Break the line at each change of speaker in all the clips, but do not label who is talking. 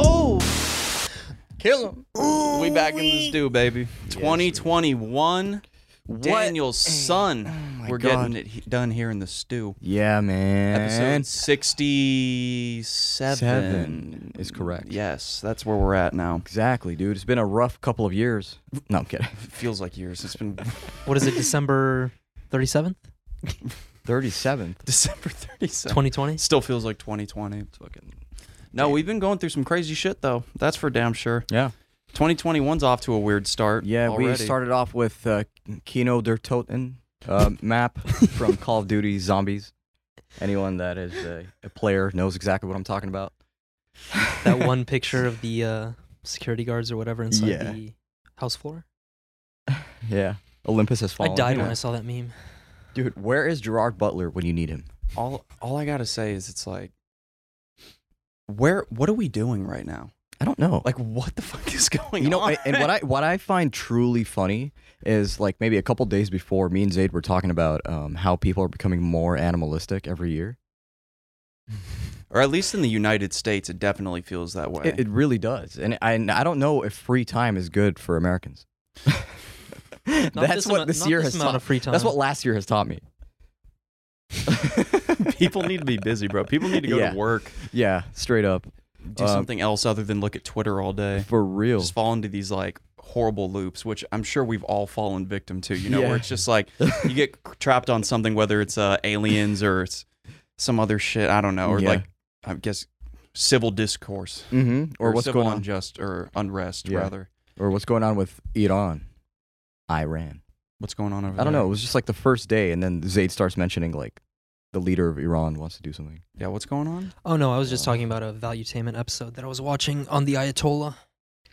Oh. Kill him.
We back in the stew, baby. 2021. Daniel's son. We're
Oh God.
getting it he- done here in the stew.
Yeah, man.
Episode 67.
Seven is correct.
Yes, that's where we're at now.
Exactly, dude. It's been a rough couple of years. No, I'm kidding.
Feels like years. It's been
What is it, December 37th,
37th.
December 37th.
2020?
Still feels like 2020. No, we've been going through some crazy shit though. That's for damn sure.
Yeah.
2021's off to a weird start.
Yeah, we
already.
started off with uh, Kino der Toten uh, map from Call of Duty Zombies. Anyone that is a, a player knows exactly what I'm talking about.
That one picture of the uh, security guards or whatever inside
Yeah.
the house floor.
Yeah. Olympus has fallen.
I died when
Yeah.
I saw that meme.
Dude, where is Gerard Butler when you need him?
all all I gotta say is it's like where what are we doing right now?
I don't know.
Like what the fuck is going
you know,
on?
a- and what I what I find truly funny is like maybe a couple days before, me and Zayd were talking about um, how people are becoming more animalistic every year.
or at least in the United States it definitely feels that way.
It, it really does, and I and I don't know if free time is good for Americans.
Not
that's what
amou-
this
not
year
this
has
amount
taught.
of free time.
That's what last year has taught me.
People need to be busy, bro. People need to go
Yeah.
to work, uh,
Yeah, straight up,
do
Um,
something else other than look at Twitter all day.
for real.
Just fall into these like horrible loops, which I'm sure we've all fallen victim to. You know,
Yeah.
where it's just like you get trapped on something, whether it's uh, aliens or it's some other shit. I don't know, or
Yeah.
like I guess civil discourse
hmm Or, what's
civil
going on?
unjust or unrest
Yeah.
rather.
Or what's going on with Iran, Iran?
What's going on over there?
I don't know. It was just like the first day, and then Zayd starts mentioning like the leader of Iran wants to do something.
Yeah, what's going on?
Oh no, I was just
Oh.
talking about a Valuetainment episode that I was watching on the Ayatollah.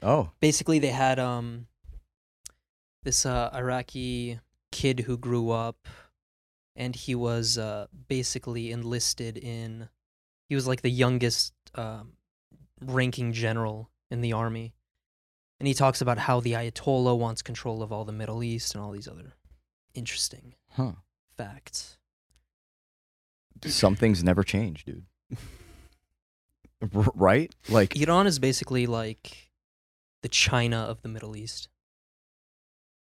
Oh,
Basically, they had um this uh, Iraqi kid who grew up, and he was uh, basically enlisted in. He was like the youngest um, ranking general in the army, and he talks about how the Ayatollah wants control of all the Middle East and all these other interesting
huh.
facts.
Some things never change, dude. R- right? Like,
Iran is basically like the China of the Middle East.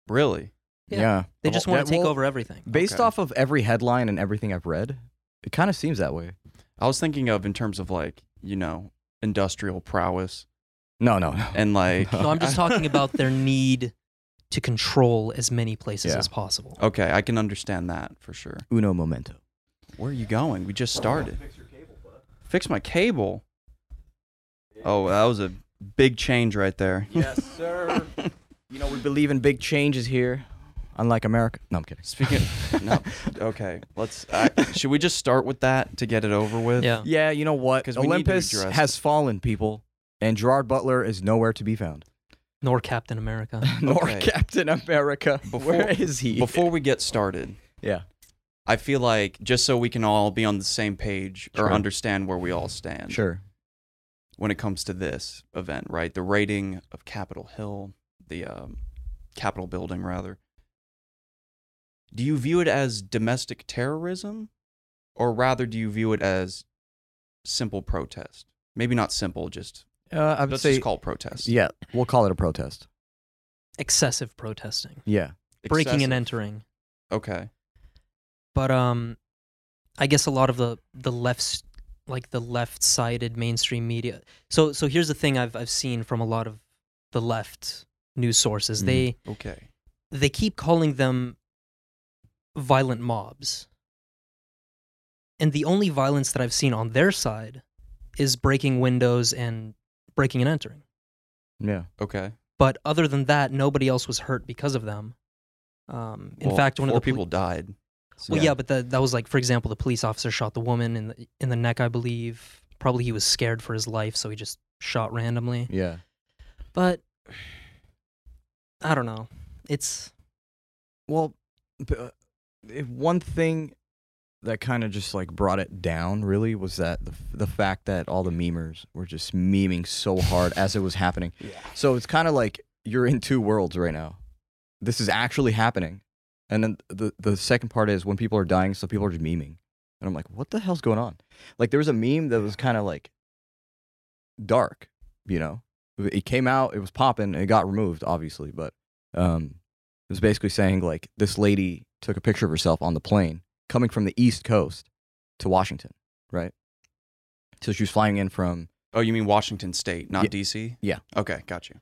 Really?
yeah.
Yeah. They just
Well,
want
that-
to take
well,
over everything.
Based
Okay.
off of every headline and everything I've read, it kind of seems that way.
I was thinking of in terms of like, you know, industrial prowess
No, no, no.
and like
No, I'm just talking about their need to control as many places
Yeah.
as possible.
Okay, I can understand that for sure.
Uno momento.
Where are you going? We just started. Fix your cable, bud. Fix my cable. Oh, that was a big change right there.
Yes, sir. you know, we believe in big changes here, unlike America. No, I'm kidding.
Speaking no, okay. Let's. I, should we just start with that to get it over with?
Yeah.
Yeah, you know what?
'Cause we need to
Olympus
address
has fallen, people, and Gerard Butler is nowhere to be found.
Nor Captain America.
Nor
Okay.
Captain America.
Before-
Where is he?
Before we get started,
yeah.
I feel like just so we can all be on the same page or
Sure.
understand where we all stand
Sure.
when it comes to this event, right? The rating of Capitol Hill, the um, Capitol building, rather. Do you view it as domestic terrorism, or rather, do you view it as simple protest? Maybe not simple, just
Uh, I would
let's
say.
just call it protest.
yeah, we'll call it a protest.
Excessive protesting.
Yeah.
Breaking and
Excessive.
entering.
Okay,
But um I guess a lot of the the left like the left-sided mainstream media. So so here's the thing I've I've seen from a lot of the left news sources.
Mhm.
Mm-hmm.
They
okay.
they keep calling them violent mobs. And the only violence that I've seen on their side is breaking windows and breaking and entering.
Yeah.
Okay.
But other than that, nobody else was hurt because of them. Um, in
Well,
fact, one of
four
the poli-
people died. So-
well, yeah, but the, that was like, for example, the police officer shot the woman in the in the neck, I believe. Probably he was scared for his life, so he just shot randomly.
Yeah.
But I don't know. It's
Well, b- uh, if one thing that kind of just like brought it down really was that the, f- the fact that all the memers were just memeing so hard as it was happening.
Yeah.
So it's kind of like you're in two worlds right now. This is actually happening. And then the, the second part is when people are dying, so people are just memeing. And I'm like, what the hell's going on? Like there was a meme that was kind of like dark, you know? it came out, it was popping, it got removed, obviously, but um, it was basically saying like this lady took a picture of herself on the plane coming from the East Coast to Washington, right? So she was flying in from
Oh, you mean Washington State, not
Ye-
D.C.
yeah.
Okay, got you.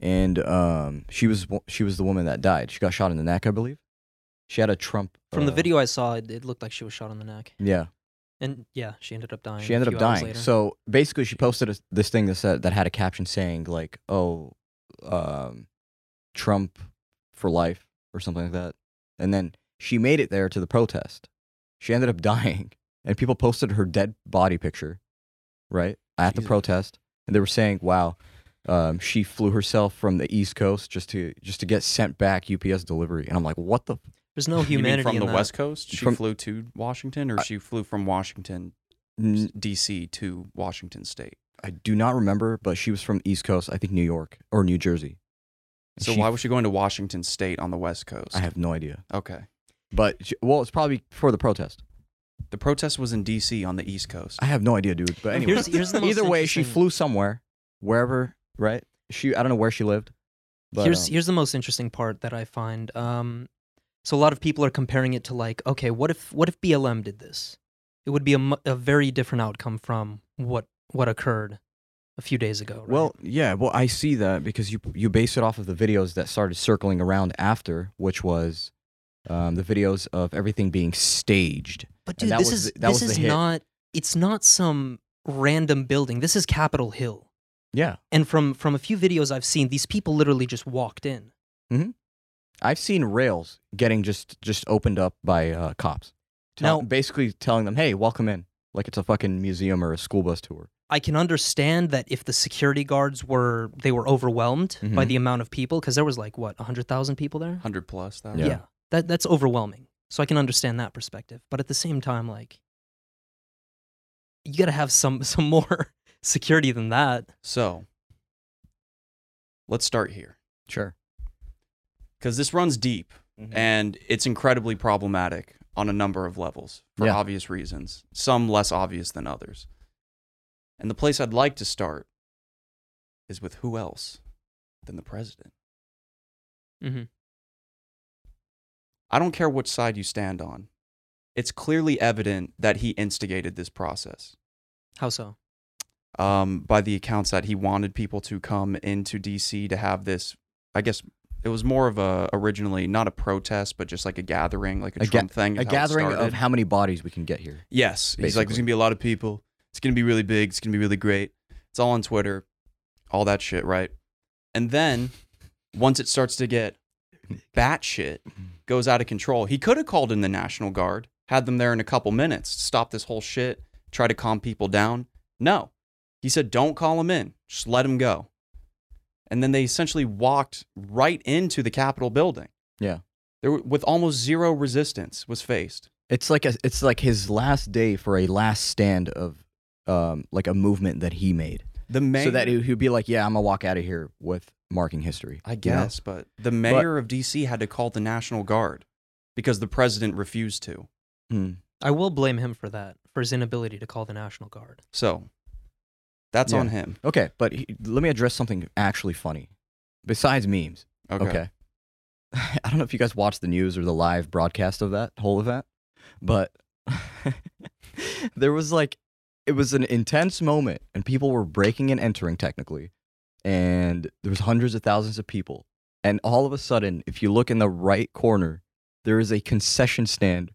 and um, she was wo- she was the woman that died. She got shot in the neck, I believe. She had a Trump
From the
uh,
video I saw, it, it looked like she was shot in the neck,
Yeah,
and yeah, she ended up dying.
she
a
ended
few
up
hours
dying.
later.
So basically, she posted a, this thing that said that had a caption saying like, "Oh, um, Trump for life" or something like that. And then she made it there to the protest. She ended up dying, and people posted her dead body picture, right at the
Jesus.
protest, and they were saying, "Wow." Um, she flew herself from the East Coast just to just to get sent back UPS delivery, and I'm like, "What the
there's no
You mean
humanity
from
in
the
that.
West Coast? She
From-
flew to Washington, or
I-
she flew from Washington
f-
D.C. to Washington State.
I do not remember, but she was from the East Coast, I think New York or New Jersey. And
So
she-
why was she going to Washington State on the West Coast?
I have no idea.
okay.
But she- well, it's probably for the protest.
The protest was in D.C. on the East Coast.
I have no idea, dude. But anyway,
Here's- here's the most
either way, she
interesting-
flew somewhere, wherever, right? She I don't know where she lived. But,
here's
um,
here's the most interesting part that I find. Um, so a lot of people are comparing it to like, okay, what if what if BLM did this? It would be a, mu- a very different outcome from what what occurred a few days ago. Right?
Well, yeah, well, I see that because you you base it off of the videos that started circling around after, which was um, the videos of everything being staged.
but
and
dude,
that
this
was
is
the- that
this
was the
is
hit.
not it's not some random building. This is Capitol Hill,
Yeah,
and from from a few videos I've seen, these people literally just walked in.
I've seen rails getting just just opened up by uh, cops. Tell,
Now-
basically telling them, "Hey, welcome in," like it's a fucking museum or a school bus tour.
I can understand that if the security guards were they were overwhelmed by
Mm-hmm.
Mhm.
the amount of people because there was like what hundred thousand people there.
Hundred plus. That
Yeah.
yeah, that that's overwhelming. So I can understand that perspective, but at the same time, like you got to have some some more security than that.
So let's start here
Sure.
because this runs deep
Mm-hmm.
and it's incredibly problematic on a number of levels for
Yeah.
obvious reasons, some less obvious than others. And the place I'd like to start is with who else than the president?
Mm-hmm.
I don't care which side you stand on. It's clearly evident that he instigated this process.
How so?
um, by the accounts that he wanted people to come into DC to have this. I guess it was more of a originally not a protest, but just like a gathering, like a,
A ga-
Trump thing.
a
is how it
gathering of
started.
how many bodies we can get here.
yes, he's like
basically.
there's gonna be a lot of people. It's gonna be really big. It's gonna be really great. It's all on Twitter, all that shit, right? And then once it starts to get batshit, goes out of control. He could have called in the National Guard, had them there in a couple minutes, stop this whole shit, try to calm people down. No, he said, don't call him in, just let him go. And then they essentially walked right into the Capitol building.
Yeah.
There, were- with almost zero resistance was faced.
It's like a, it's like his last day for a last stand of um like a movement that he made.
The mayor,
So that he, he'd be like, "Yeah, I'm gonna walk out of here with marking history."
I
you know?
guess, but the mayor of D.C. had to call the National Guard because the president refused to.
Hmm.
I will blame him for that for his inability to call the National Guard.
So that's
Yeah.
on him.
Okay, but he, let me address something actually funny. Besides memes,
Okay.
Okay. I don't know if you guys watched the news or the live broadcast of that whole event, but there was like, it was an intense moment and people were breaking and entering technically. And there was hundreds of thousands of people. And all of a sudden, if you look in the right corner, there is a concession stand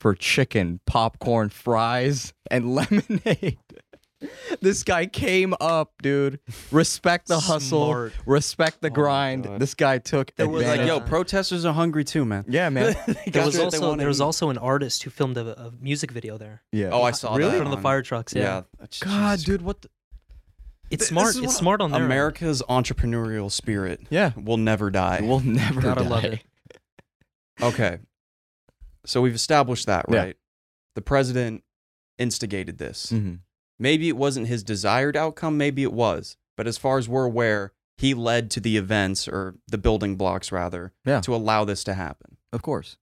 for chicken, popcorn, fries, and lemonade. this guy came up, dude. Respect the hustle
Smart.
respect the
Oh my
grind.
God.
This guy took
There was,
advantage.
He's like,
Man.
yo, protesters are hungry too, man.
yeah, man.
There was also there was also an artist who filmed a, a music video there
Yeah.
Oh, I saw
Really?
that.
from the
on-
fire trucks. Yeah,
that's-
God,
Jesus
dude, what? The-
it's
Th-
smart.
this is
It's
what
smart on
Christ.
their end.
America's entrepreneurial spirit
yeah,
will never die.
we'll never.
Gotta
die.
love it.
okay. So we've established that,
Yeah.
right? The president instigated this.
Mhm.
Maybe it wasn't his desired outcome, maybe it was. But as far as we're aware, he led to the events or the building blocks rather
Yeah.
to allow this to happen.
Of course.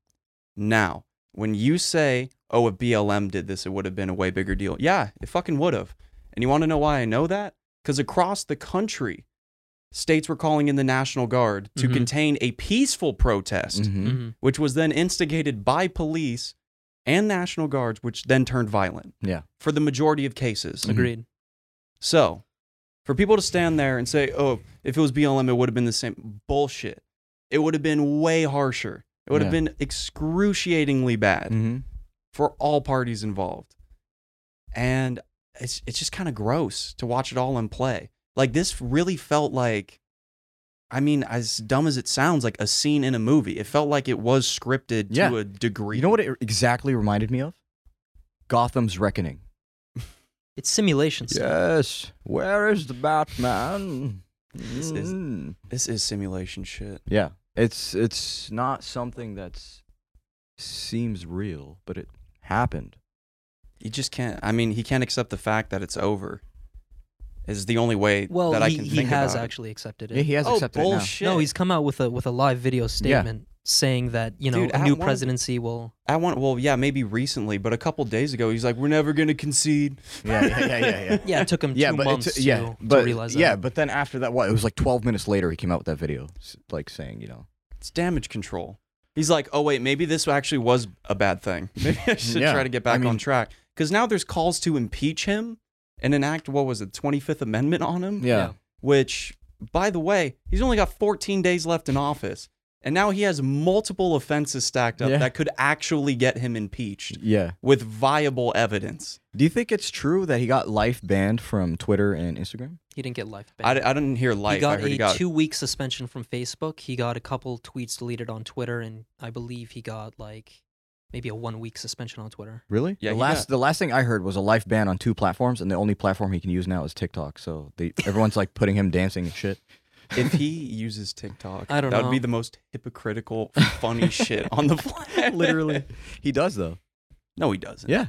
Now, when you say, oh, if BLM did this, it would have been a way bigger deal. Yeah, it fucking would have. And you want to know why I know that? Because across the country, states were calling in the National Guard to
Mhm.
contain a peaceful protest,
Mhm.
hmm
which was then instigated by police and National Guards, which then turned violent
Yeah.
for the majority of cases.
Mhm.
Agreed.
So, for people to stand there and say, "Oh, if it was BLM, it would have been the same bullshit." It would have been way harsher. It would have
Yeah.
been excruciatingly bad
Mhm.
for all parties involved. And it's it's just kind of gross to watch it all in play. Like this really felt like I mean, as dumb as it sounds, like a scene in a movie. It felt like it was scripted
Yeah.
to a degree.
You know what it exactly reminded me of? Gotham's Reckoning.
It's simulation stuff.
Yes. Where is the Batman?
This is-
Mm.
This is simulation shit.
Yeah. It's it's not something that's seems real, but it happened.
You just can't. I mean, he can't accept the fact that it's over. Is the only way
Well,
that I
he,
can
he
think
has
about it.
actually accepted it.
Yeah, he has
oh,
accepted
bullshit!
No, he's come out with a with a live video statement saying that you know
Dude,
a
I
new
wanted-
presidency will.
I want. Well, yeah, maybe recently, but a couple days ago, he's like, "We're never gonna concede."
it now. Yeah, yeah, yeah, yeah, yeah.
Yeah, it took him
Yeah,
two
but
months
it's,
to,
yeah,
to
but
realize that.
yeah, but then after that, what? It was like 12 minutes later, he came out with that video, s- like saying, you know,
It's damage control. He's like, "Oh wait, maybe this actually was a bad thing. Maybe I should
Yeah,
try to get
I
back
mean-
on track." Because now there's calls to impeach him and enact what was it, Twenty Fifth Amendment on him.
yeah,
Which, by the way, he's only got 14 days left in office, and now he has multiple offenses stacked up
Yeah.
that could actually get him impeached.
yeah.
with viable evidence.
Do you think it's true that he got life banned from Twitter and Instagram?
he didn't get life.
I,
Banned.
I didn't hear life.
he got
I heard
a
he got
two week suspension from Facebook. He got a couple tweets deleted on Twitter, and I believe he got like maybe a one week suspension on Twitter.
Really?
Yeah,
The
he
last
got-
the last thing I heard was a life ban on two platforms, and the only platform he can use now is TikTok. So they, everyone's like putting him dancing and shit.
if he uses TikTok,
I don't
that would be
know.
the most hypocritical, funny shit on the planet.
Literally, he does though.
No, he doesn't.
Yeah,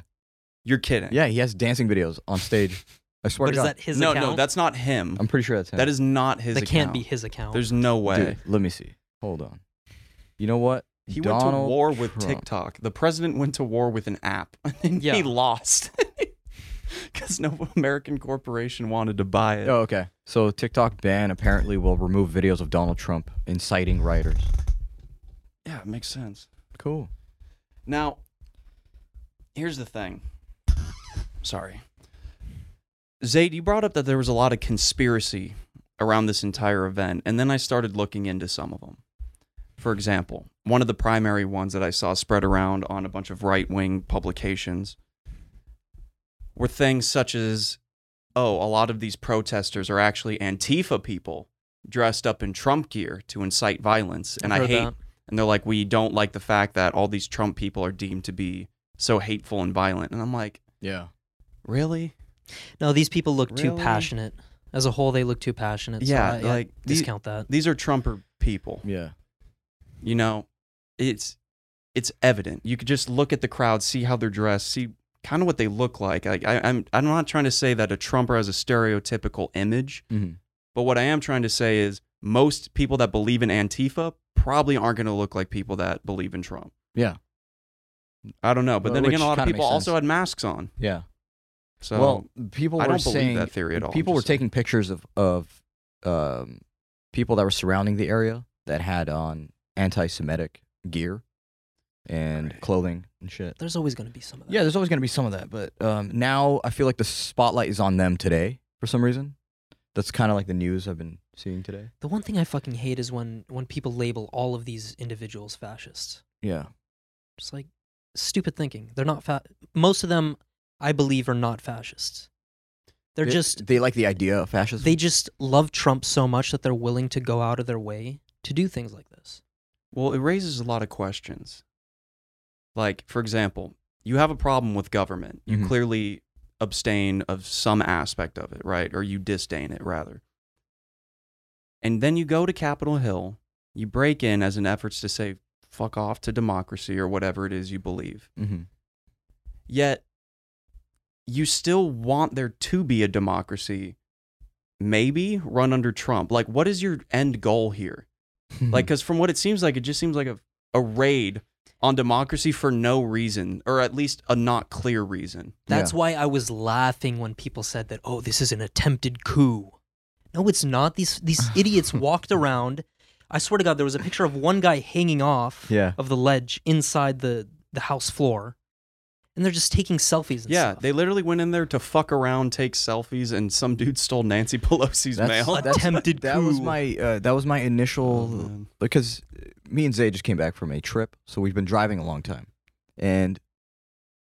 You're kidding.
yeah, he has dancing videos on stage. I swear
But
to
is
God,
that his
no,
account?
no, that's not him.
I'm pretty sure that's him.
That is not his
that can't
account.
be his account.
There's no way.
Dude, let me see. Hold on. You know what?
he went to
Donald
war with
Trump.
TikTok. The president went to war with an app and
Yeah.
he lost. Because no American corporation wanted to buy it.
Oh, okay. So TikTok ban apparently will remove videos of Donald Trump inciting rioters.
Yeah, it makes sense.
Cool.
Now, here's the thing. Sorry. Zayd, you brought up that there was a lot of conspiracy around this entire event, and then I started looking into some of them. For example, one of the primary ones that I saw spread around on a bunch of right wing publications were things such as oh, a lot of these protesters are actually Antifa people dressed up in Trump gear to incite violence. And I
I've heard
hate
that.
and they're like, we don't like the fact that all these Trump people are deemed to be so hateful and violent. And I'm like,
Yeah.
really?
No, these people look too
Really?
passionate. As a whole, they look too passionate. so
Yeah,
I- I
like, the-
discount that.
These are Trumper people.
Yeah.
You know, it's it's evident. You could just look at the crowd, see how they're dressed, see kind of what they look like. Like I, I'm I'm not trying to say that a Trumper has a stereotypical image,
hmm
but what I am trying to say is most people that believe in Antifa probably aren't going to look like people that believe in Trump.
Yeah.
I don't know, but
Well,
then
which
again, a lot of
kinda
people
makes
also
sense.
had masks on.
Yeah.
So
well, people
I
were
don't believe
saying
that theory at all, I'm
People were
just saying.
taking pictures of of um, people that were surrounding the area that had on anti-Semitic gear and
Right.
clothing and shit.
There's always going to be some of that.
Yeah, there's always gonna be some of that, but um, now I feel like the spotlight is on them today for some reason. That's kind of like the news I've been seeing today.
The one thing I fucking hate is when when people label all of these individuals fascists.
Yeah.
Just like stupid thinking. They're not fa- most of them I believe are not fascists. They're
They-
just
they like the idea of fascism.
they just love Trump so much that they're willing to go out of their way to do things like this.
Well, it raises a lot of questions. Like, for example, you have a problem with government. You
Mhm.
clearly abstain of some aspect of it, right? Or you disdain it, rather. And then you go to Capitol Hill, you break in as an efforts to say, fuck off to democracy or whatever it is you believe.
mm-hmm.
Yet, you still want there to be a democracy, maybe run under Trump. Like, what is your end goal here? Like,
Mm-hmm.
because from what it seems like, it just seems like a, a raid on democracy for no reason, or at least a not clear reason.
That's why I was laughing when people said that, "Oh, this is an attempted coup." No, it's not. These these idiots walked around. I swear to God, there was a picture of one guy hanging off
Yeah.
of the ledge inside the the house floor, and they're just taking selfies. And
Yeah,
stuff.
they literally went in there to fuck around, take selfies, and some dude stole Nancy Pelosi's
That's-
mail.
that's-
Attempted
That was
coup.
my uh, that was my
Oh,
initial
man.
because uh, me and Zay just came back from a trip, so we've been driving a long time. And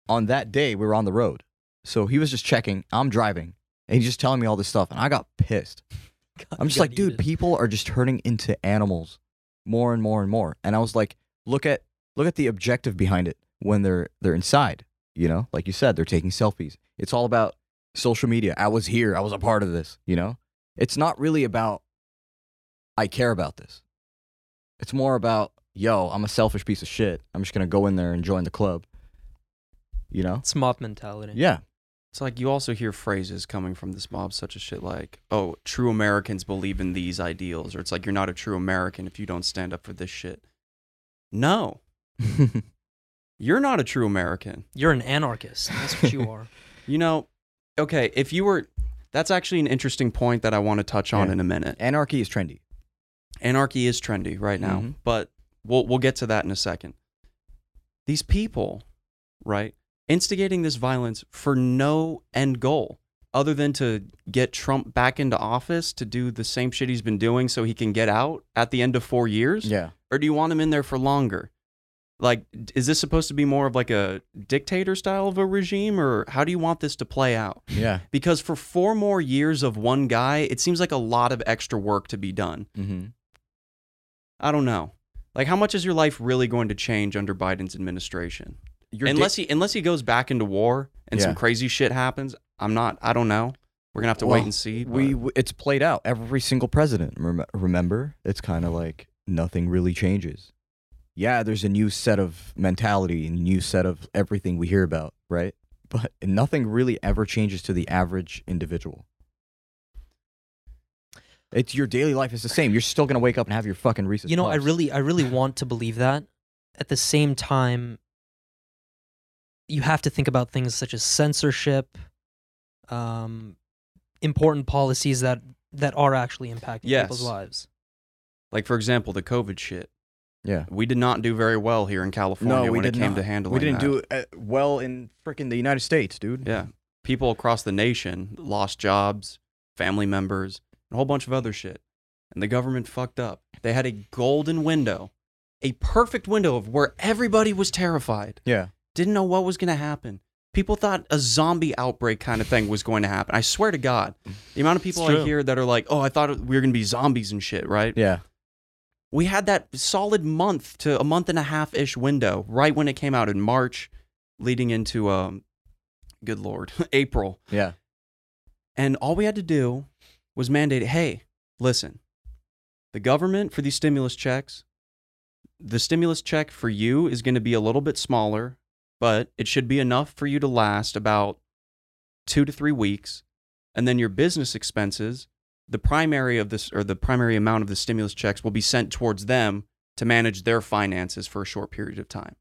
on that day, we were on the road. So he was just checking. I'm driving, and he's just telling me all this stuff, and I got pissed.
God,
I'm
you
just like,
gotta eat
dude,
it.
people are just turning into animals more and more and more. And I was like, look at look at the objective behind it when they're they're inside. You know, like you said, they're taking selfies. It's all about social media. I was here. I was a part of this. You know, it's not really about I care about this. It's more about yo, I'm a selfish piece of shit. I'm just gonna go in there and join the club. You know?
it's mob mentality.
Yeah.
It's like you also hear phrases coming from this mob, such as shit like, oh, true Americans believe in these ideals, or it's like, you're not a true American if you don't stand up for this shit. No, you're not a true American.
You're an anarchist. That's what you are.
You know, okay, if you were, that's actually an interesting point that I want to touch on
Yeah.
in a minute.
Anarchy is trendy.
Anarchy is trendy right now,
Mhm.
but we'll, we'll get to that in a second. These people, right, instigating this violence for no end goal other than to get Trump back into office to do the same shit he's been doing so he can get out at the end of four years?
Yeah.
Or do you want him in there for longer? Like, d- is this supposed to be more of like a dictator style of a regime, or how do you want this to play out?
Yeah.
because for four more years of one guy, it seems like a lot of extra work to be done.
Mm-hmm.
I don't know. Like, how much is your life really going to change under Biden's administration? unless he unless he goes back into war and some
Yeah.
crazy shit happens, I'm not. I don't know. We're gonna have to wait
Well,
and see. but-
we w- it's played out every single president rem- remember it's kind of like nothing really changes yeah there's a new set of mentality and new set of everything we hear about right but nothing really ever changes to the average individual it's your daily life is the same you're still gonna wake up and have your fucking Reese's
you know, I
Puffs.
really, I really want to believe that. At the same time, you have to think about things such as censorship, um, important policies that that are actually impacting
Yes.
people's lives.
like for example, the COVID shit.
yeah
We did not do very well here in California
no we
when it
did
came
not
to handling.
we didn't
that.
do uh, well in freaking the united states dude
Yeah, people across the nation lost jobs, family members, and a whole bunch of other shit. And the government fucked up. They had a golden window, a perfect window of where everybody was terrified,
yeah
didn't know what was going to happen. People thought a zombie outbreak kind of thing was going to happen. I swear to God, the amount of people I
true.
hear that are like, "Oh, I thought we were going to be zombies and shit," right?
yeah
we had that solid month to a month and a half ish window right when it came out in March, leading into um, good lord, April,
yeah
and all we had to do was mandate, hey, listen, the government for these stimulus checks, the stimulus check for you is going to be a little bit smaller, but it should be enough for you to last about two to three weeks. And then your business expenses, the primary of this or the primary amount of the stimulus checks will be sent towards them to manage their finances for a short period of time.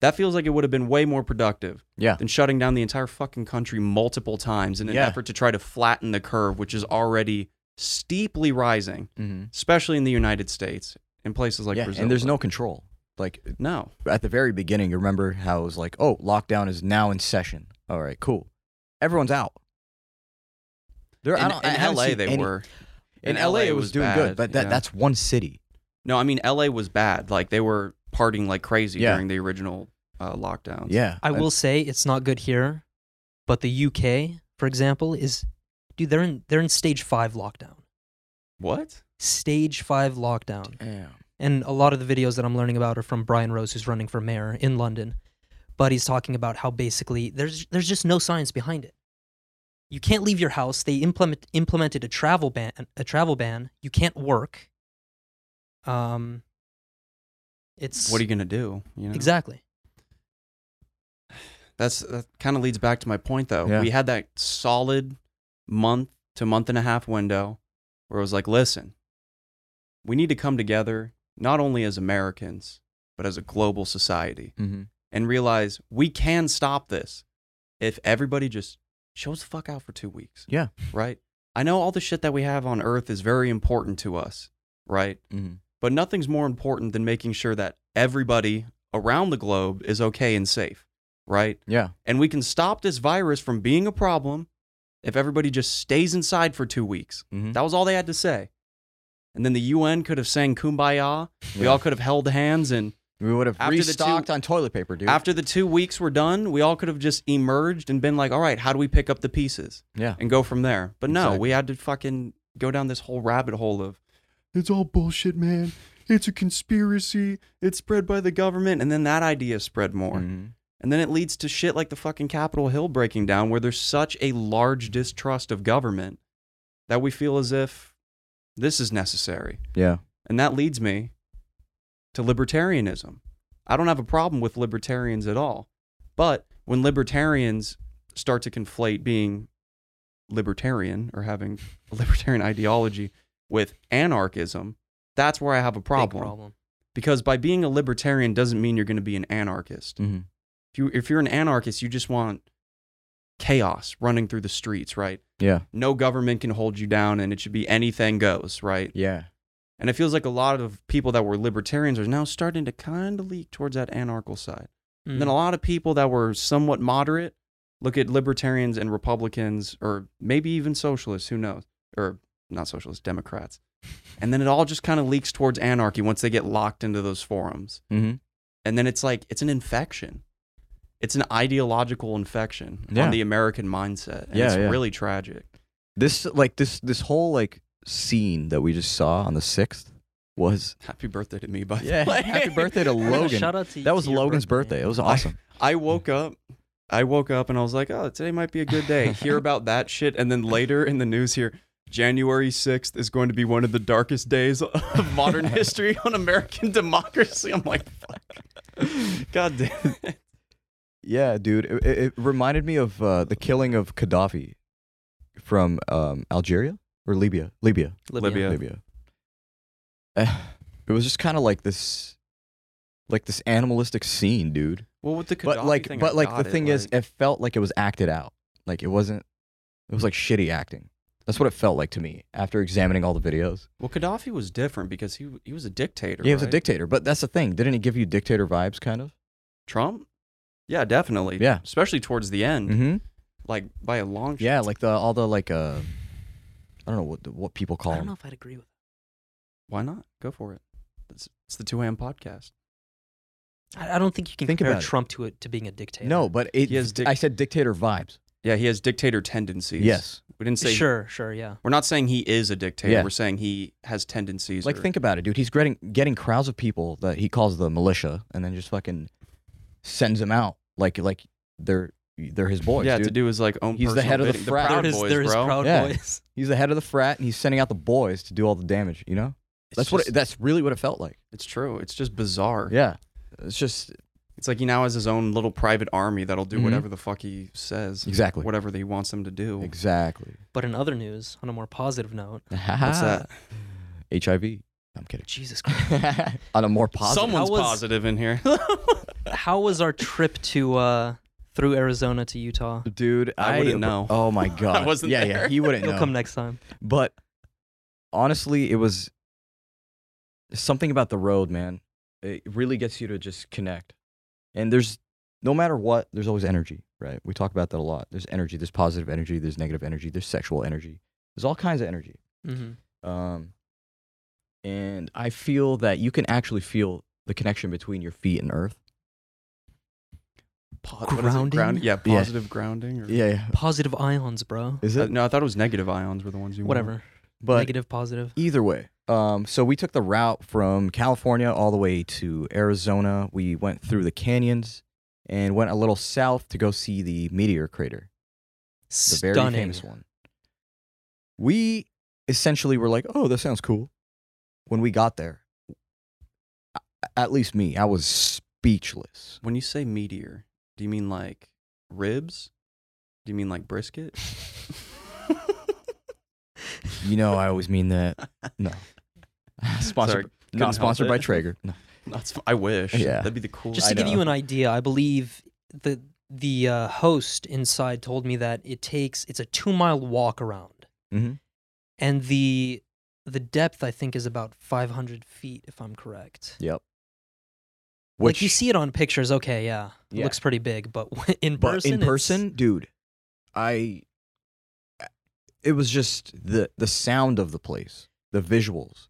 That feels like it would have been way more productive
yeah
than shutting down the entire fucking country multiple times in an
Yeah.
effort to try to flatten the curve, which is already steeply rising,
mm-hmm.
especially in the United States in places like
yeah
Brazil.
and there's no control like
no.
at the very beginning, you remember how it was like, oh, lockdown is now in session. All right, cool. Everyone's out. There, I
In,
don't- I
in
haven't
LA,
seen
they
any-
were.
In, LA, it was, doing good,
bad,
but that,
yeah.
that's one city.
no. I mean, LA was bad. Like they were partying like crazy
Yeah.
during the original uh, lockdowns.
Yeah,
I will say it's not good here, but the UK, for example, is dude, they're in they're in stage five lockdown.
What?
Stage five lockdown.
Damn.
and a lot of the videos that I'm learning about are from Brian Rose, who's running for mayor in London. But he's talking about how basically there's there's just no science behind it. You can't leave your house. They implement, implemented a travel ban. A travel ban. You can't work. Um, it's
What are you gonna do? You know?
exactly
That's that kind of leads back to my point though.
Yeah.
We had that solid month to month and a half window where it was like, listen, we need to come together not only as Americans, but as a global society
Mm-hmm.
and realize we can stop this if everybody just shows the fuck out for two weeks.
Yeah.
Right? I know all the shit that we have on Earth is very important to us, right?
Mm-hmm.
But nothing's more important than making sure that everybody around the globe is okay and safe, right?
Yeah.
And we can stop this virus from being a problem if everybody just stays inside for two weeks.
Mm-hmm.
That was all they had to say. And then the UN could have sang Kumbaya. We all could have held hands. And
we would have
after the two-
restocked on toilet paper, dude.
after the two weeks were done, we all could have just emerged and been like, all right, how do we pick up the pieces
yeah.
and go from there? But no,
Exactly.
we had to fucking go down this whole rabbit hole of
It's all bullshit, man.
it's a conspiracy, it's spread by the government. And then that idea spread more.
Mhm.
And then it leads to shit like the fucking Capitol Hill breaking down, where there's such a large distrust of government that we feel as if this is necessary.
Yeah.
And that leads me to libertarianism. I don't have a problem with libertarians at all. But when libertarians start to conflate being libertarian or having a libertarian ideology with anarchism, that's where I have a
Big
problem.
problem.
Because by being a libertarian doesn't mean you're going to be an anarchist.
Mhm.
If you if you're an anarchist, you just want chaos running through the streets, right?
Yeah.
No government can hold you down and it should be anything goes, right?
Yeah.
And it feels like a lot of people that were libertarians are now starting to kind of leak towards that anarchal side. And then a
Mm.
lot of people that were somewhat moderate look at libertarians and Republicans, or maybe even socialists, who knows, or not socialists, Democrats. And then it all just kind of leaks towards anarchy once they get locked into those forums.
Mm-hmm.
And then it's like, it's an infection. It's an ideological infection
Yeah.
on the American mindset. And
Yeah,
it's
yeah.
really tragic.
This like this this whole like scene that we just saw on the sixth was
Happy birthday to me, by the
yeah.
way.
Happy birthday to
Yeah,
Logan.
Shout out to
That was
to your
Logan's birthday. It was awesome.
I woke up. I woke up and I was like, oh, today might be a good day. Hear about that shit. And then later in the news here, January 6th is going to be one of the darkest days of modern history on American democracy. I'm like, fuck. God damn. it.
yeah, dude. It, it, it reminded me of uh, the killing of Gaddafi from um, Algeria or Libya. Libya.
Libya.
Libya. Yeah.
Libya. Eh, It was just kind of like this, like this animalistic scene, dude.
Well, with the Gaddafi
but like,
thing, I
but like the
got it,
thing is, it felt like it was acted out. Like it wasn't. It was like shitty acting. That's what it felt like to me after examining all the videos.
well, Gaddafi was different because he he was a dictator.
yeah, he was a
right?
dictator, but that's the thing. Didn't he give you dictator vibes, kind of?
Trump. Yeah, definitely.
Yeah.
especially towards the end,
Mm-hmm.
like by a long. shot.
Yeah, like the all the like uh, I don't know what what people call
I don't know
him.
if I'd agree with.
Why not? Go for it. It's, it's the Two Am podcast.
I, I don't think you can
Think
compare
about it.
Trump to a, to being a dictator.
No, but it.
He has dic-
I said dictator vibes.
Yeah, he has dictator tendencies.
Yes.
we didn't say
sure, sure, yeah.
We're not saying he is a dictator.
Yeah.
We're saying he has tendencies.
Like
or-
think about it, dude. He's getting getting crowds of people that he calls the militia, and then just fucking sends them out like like they're they're his boys.
yeah,
dude.
to do his like own.
He's the
personal
head of the
bidding.
frat.
Proud
They're his-
Boys,
they're his
bro.
proud
Yeah.
boys.
he's the head of the frat, and he's sending out the boys to do all the damage. You know,
It's
that's what
just-
it, that's really what it felt like.
it's true. It's just bizarre.
Yeah, it's just
It's like he now has his own little private army that'll do
Mhm.
whatever the fuck he says,
exactly
whatever that he wants them to do.
exactly.
But in other news, on a more positive note,
What's
that?
HIV. I'm kidding.
Jesus Christ.
On a more positive.
Someone's
How was-
positive in here.
How was our trip to uh through Arizona to Utah?
Dude,
I wouldn't know.
Oh my god,
wasn't
yeah,
there.
yeah, he wouldn't
He'll
know.
come next time.
But honestly, it was something about the road, man. It really gets you to just connect. And there's no matter what, there's always energy, right? We talk about that a lot. There's energy, there's positive energy, there's negative energy, there's sexual energy. There's all kinds of energy.
Mm-hmm.
Um and I feel that you can actually feel the connection between your feet and earth.
Po- what is it?
Grounding?
Ground- yeah,
Yeah.
positive grounding. Or,
Yeah.
Positive ions, bro.
Is
Uh,
it?
no, I thought it was negative ions were the ones you.
Whatever.
But
Negative, positive.
either way um, so we took the route from california all the way to arizona we went through the canyons and went a little south to go see the meteor crater the very
Stunning.
famous one we essentially were like oh that sounds cool when we got there a- at least me i was speechless
When you say meteor, do you mean like ribs? Do you mean like brisket?
you know i always mean that no sponsored
Sorry, couldn't
not
help
sponsored by
it.
traeger no.
That's. I wish.
Yeah.
That'd be the coolest.
Just
I
to give
know.
you an idea, I believe the the uh, host inside told me that it takes it's a two mile walk around
Mhm.
and the the depth I think is about 500 feet, if I'm correct.
Yep.
like you see it on pictures, okay, yeah, it
Yeah.
looks pretty big, but in
but
person,
in
it's-
person, dude, I it was just the the sound of the place, the visuals,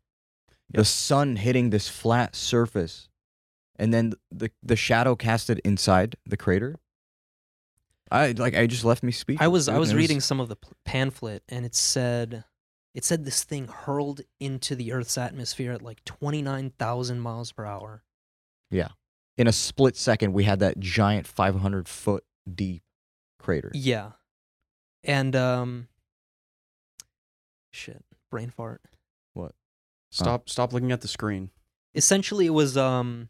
the sun hitting this flat surface, and then the the shadow casted inside the crater. I like I just left me speaking.
I was
dude,
I was
and it
reading some of the pl- pamphlet, and it said it said this thing hurled into the Earth's atmosphere at like 29,000 miles per hour.
in a split second we had that giant 500 foot deep crater.
Yeah, and um, shit, brain fart.
Stop stop looking at the screen.
essentially it was um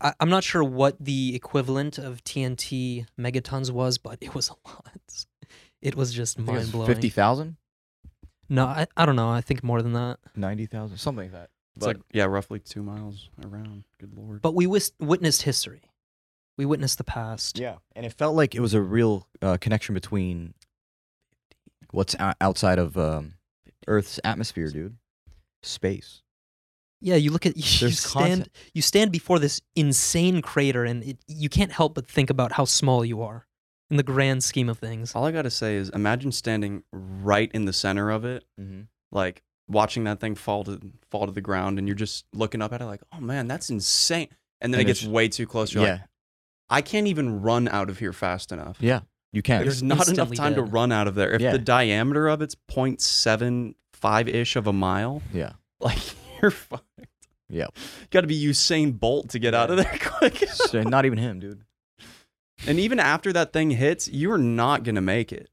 I, i'm not sure what the equivalent of tnt megatons was but it was a lot it was
I
just
think it was
mind-blowing
50,000,
no I, I don't know i think more than that
90,000, something like that.
It's like yeah, roughly two miles around. Good lord.
but we wis- witnessed history we witnessed the past
Yeah, and it felt like it was a real uh, connection between what's o- outside of um, Earth's atmosphere, dude. Space.
yeah you look at you
There's
stand
content.
you stand before this insane crater and it, you can't help but think about how small you are in the grand scheme of things
All I gotta say is imagine standing right in the center of it,
Mm-hmm.
like watching that thing fall to fall to the ground, and you're just looking up at it like, oh man, that's insane. And then
And
it gets
it's-
way too close. You're
yeah,
like, I can't even run out of here fast enough.
yeah. You can.
There's
You're
not enough
instantly
time to
dead.
run out of there. If
Yeah.
the diameter of it's 0.75 ish of a mile,
yeah.
like you're fucked.
Yep.
Got to be Usain Bolt to get out of there quick.
So not even him, dude.
and even after that thing hits, you are not gonna make it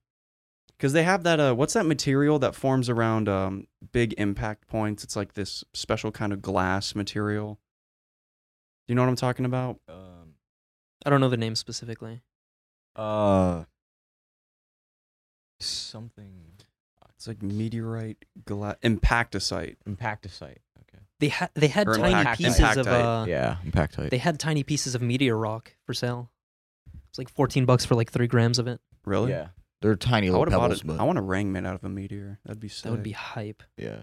because they have that. Uh, what's that material that forms around um, big impact points? It's like this special kind of glass material. Do you know what I'm talking about?
Um,
i don't know the name specifically
uh, something
It's like meteorite gla- impactosite.
impactosite. Okay.
they had they had
Or an
tiny
impact-
pieces of
impactite,
uh,
yeah, impactosite.
They had tiny pieces of meteor rock for sale. It's like 14 bucks for like three grams of it.
Really?
Yeah, they're tiny
I
little
would have bought
pebbles,
it.
but
I want a ring made out of a meteor. That'd be sick.
That would be hype.
yeah.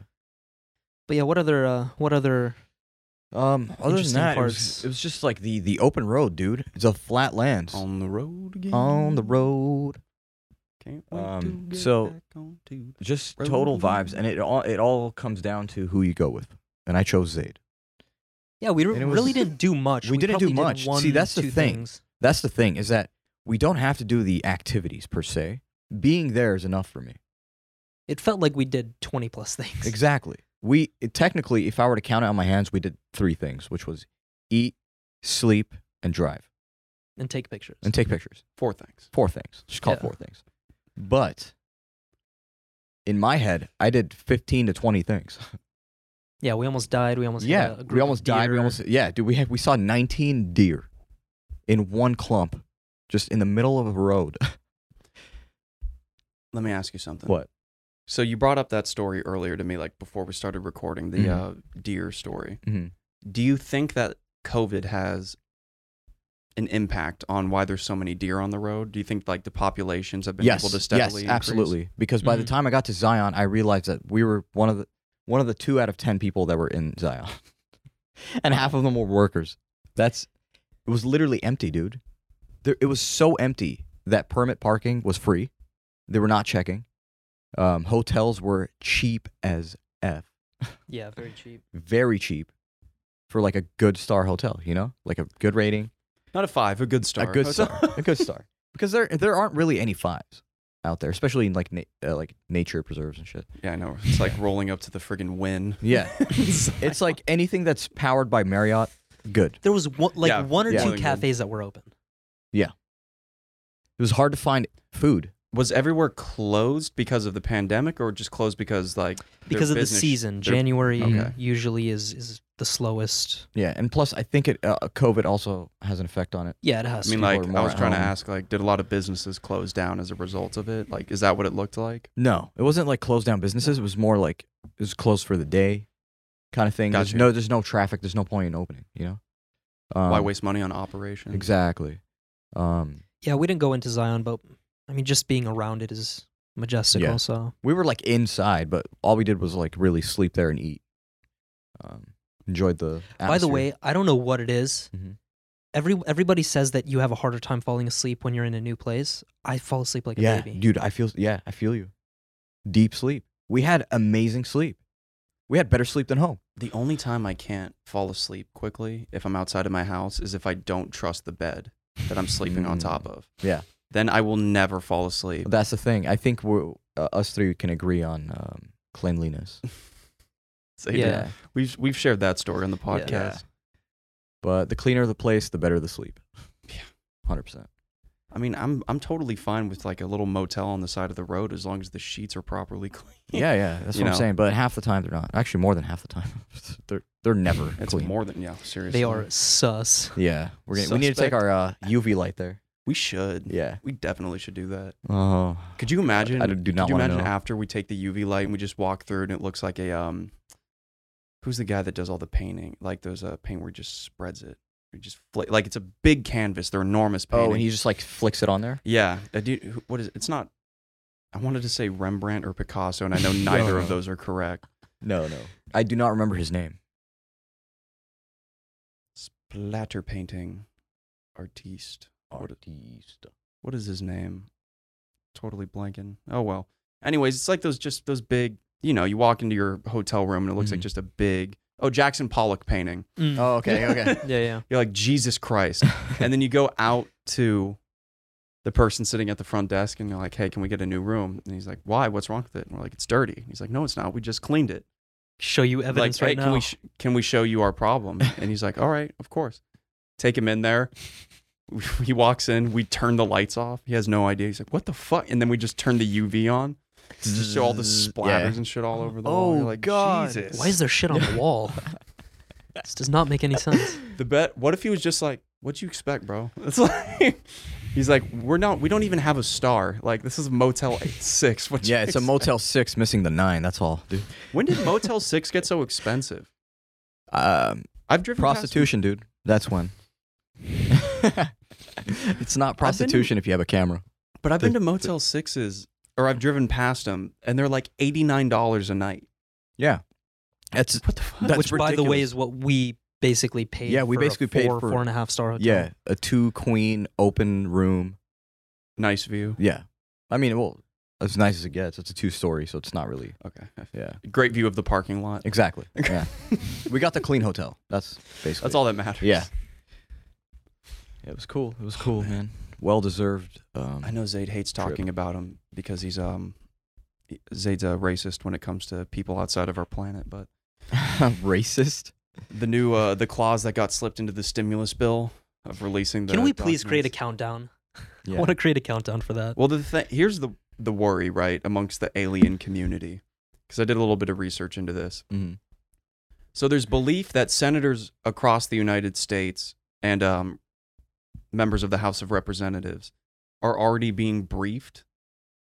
But yeah, what other uh, what other
Um, other than
Interesting
that, it
parts.
was, it was just like the the open road, dude. It's a flat land.
on the road again.
on the road.
Can't
Um,
to get
so-
back onto the-
Just
Road
total vibes,
again.
and it all it all comes down to who you go with. And I chose Zayd.
Yeah, we
And
re-
it was-
really didn't do much.
We didn't do
probably did
much. See,
one,
that's the
two
thing.
Things.
That's the thing is that we don't have to do the activities per se. Being there is enough for me.
It felt like we did 20 plus things.
Exactly. We it, technically, if I were to count it on my hands, we did three things, which was eat, sleep, and drive,
And take pictures.
and take pictures.
four things.
Four things. Just call it
Yeah.
four things. But in my head, I did fifteen to twenty things.
yeah, we almost died. We almost hit
yeah,
a- a group
we
of
almost died. We
deer.
almost yeah, dude. We had we saw 19 deer in one clump, just in the middle of a road.
Let me ask you something.
what?
So you brought up that story earlier to me, like before we started recording the
Mhm.
uh, deer story.
hmm
Do you think that COVID has an impact on why there's so many deer on the road? Do you think like the populations have been
Yes,
able to
yes,
steadily? increase?
absolutely. Because by the
Mhm.
time I got to Zion, I realized that we were one of the one of the two out of ten people that were in Zion, and half of them were workers. That's it was literally empty, dude. There, it was so empty that permit parking was free. They were not checking. Um, hotels were cheap as f.
Yeah, very cheap.
very cheap for like a good star hotel, you know? Like a good rating,
Not a five, a good star.
a good star, a good star. Because there there aren't really any fives out there, especially in like na- uh, like nature preserves and shit.
yeah, I know. It's like rolling up to the friggin' win.
Yeah. it's like anything that's powered by Marriott, good.
There was one, like
Yeah,
one or
yeah.
two
Hollywood.
cafes that were open.
It was hard to find food.
Was everywhere closed because of the pandemic, or just closed because like their
Because of the
business-
season,
their-
January
Okay.
usually is is the slowest.
Yeah, and plus I think it uh, COVID also has an effect on it.
Yeah, it has.
I mean,
to.
people
like
are
I
more
was
at
trying to
home.
ask, like, did a lot of businesses close down as a result of it? Like, is that what it looked like?
No, it wasn't like closed down businesses, it was more like it was closed for the day kind of thing. There's
Gotcha.
no there's no traffic, there's no point in opening, you know? Um,
Why waste money on operations?
Exactly. Um
Yeah, we didn't go into Zion, but I mean, just being around it is Majestic
Yeah.
also.
We were like inside, but all we did was like really sleep there and eat. Um, enjoyed the. Atmosphere.
By the way, I don't know what it is.
Mhm.
Every everybody says that you have a harder time falling asleep when you're in a new place. I fall asleep like a
yeah,
baby.
dude, I feel yeah, I feel you. Deep sleep. We had amazing sleep. We had better sleep than home.
The only time I can't fall asleep quickly if I'm outside of my house is if I don't trust the bed that I'm sleeping on
Mm.
top of.
Yeah.
Then I will never fall asleep.
That's the thing. I think we uh, us three can agree on um, cleanliness.
So,
Yeah.
yeah. We've we've shared that story on the podcast.
Yeah. But the cleaner the place, the better the sleep.
Yeah.
hundred percent.
I mean, I'm I'm totally fine with like a little motel on the side of the road as long as the sheets are properly clean.
Yeah, yeah, that's
You
what
know.
I'm saying. But half the time they're not. Actually, more than half the time, they're they're never
It's
clean.
more than yeah, seriously.
They are sus.
Yeah, we're gonna, we need to take
Suspect.
our uh, UV light there.
We should.
Yeah.
We definitely should do that.
Oh,
Could you imagine?
I do- do not
could you
wanna
imagine
know.
after we take the UV light and we just walk through and it looks like a um, who's the guy that does all the painting? Like there's a paint where he just spreads it, He just fl- like it's a big canvas. They're enormous painting.
oh, and he just like flicks it on there.
yeah. A dude, who, what is it? It's not. I wanted to say Rembrandt or Picasso, and I know neither
No,
of
no.
those are correct.
No, no, I do not remember his name.
Splatter painting artiste. What-
Artista.
what is his name? Totally blanking. Oh well. Anyways, it's like those just those big. You know, you walk into your hotel room and it looks like
Mhm.
just a big. Oh, Jackson Pollock painting.
Mm.
Oh, okay, okay.
Yeah, yeah.
You're like Jesus Christ, and then you go out to the person sitting at the front desk and you're like, "Hey, can we get a new room?" And he's like, "Why? What's wrong with it?" And we're like, "It's dirty." And he's like, "No, it's not. We just cleaned it."
Show you evidence
like,
right
"Hey,
now.
can we sh- can we show you our problem? And he's like, all right, of course. Take him in there. He walks in. We turn the lights off. He has no idea. He's like, what the fuck? And then we just turn the UV on to show all the
Zzz,
splatters
yeah.
and shit all over the
Oh,
wall. You're like,
God.
Jesus.
Why is there shit on the wall? this does not make any sense.
the bet? What if he was just like, what'd you expect, bro? It's like. He's like, we're not. We don't even have a star. Like, this is Motel Eight Six. What
Yeah, it's a Motel Six missing the nine. That's all, dude.
When did Motel Six get so expensive?
Um,
I've driven past them.
prostitution, dude. That's when. it's not prostitution if you have a camera.
But I've been
The-
to Motel Sixes, or I've driven past them, and they're like eighty nine dollars a night.
Yeah, that's
What the fuck?
That's
Which, by the way, is what we basically paid.
Yeah, we
for a
basically paid
four,
for-
four and a half star hotel.
yeah a two queen open room.
nice view.
Yeah, I mean, well, as nice as it gets, it's a two story, so it's not really.
Okay,
Yeah,
great view of the parking lot.
exactly.
Okay.
Yeah, we got the clean hotel. That's basically.
That's all that matters.
Yeah. It was cool. It was cool, man. Well deserved. Um,
I know Zayd hates talking about him because he's um, he- Zayd's a racist when it comes to people outside of our planet. But
racist.
the new uh, the clause that got slipped into the stimulus bill of releasing the
Can we please create a
documents.
countdown?
Yeah.
I want to create a countdown for that.
Well, the th- here's the the worry right amongst the alien community because I did a little bit of research into this.
Mhm.
So there's belief that senators across the United States and um, members of the House of Representatives are already being briefed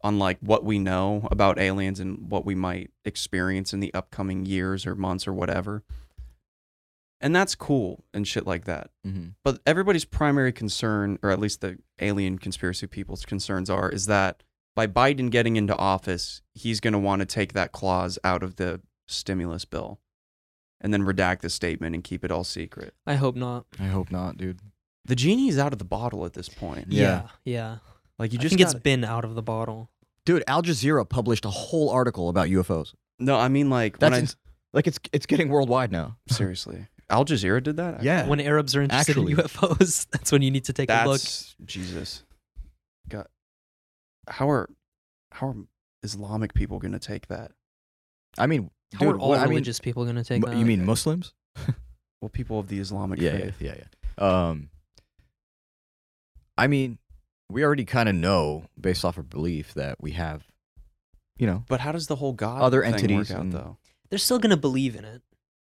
on like what we know about aliens and what we might experience in the upcoming years or months or whatever. And that's cool and shit like that.
Mhm.
But everybody's primary concern, or at least the alien conspiracy people's concerns are, is that by Biden getting into office, he's going to want to take that clause out of the stimulus bill and then redact the statement and keep it all secret.
I hope not.
I hope not, dude.
The genie's out of the bottle at this point.
Yeah.
yeah. yeah.
Like you
I
just
think it's
gotta-
been out of the bottle.
Dude, Al Jazeera published a whole article about UFOs.
no, I mean like when
That's
I,
ins- like it's it's getting worldwide now.
seriously, Al Jazeera did that.
Yeah.
When Arabs are interested
Actually.
in UFOs, that's when you need to take a look.
that's Jesus. God, how are how are Islamic people going to take that?
I mean,
How
dude,
are all
what- I mean,
religious uh, people going to take
mu-
that?
you mean Muslims?
Well, people of the Islamic
yeah,
faith.
yeah, yeah, yeah. Um, I mean, we already kind of know based off of belief that we have, you know,
But how does the whole God
Other
thing
entities
work out
and-
though?
They're still going to believe in it.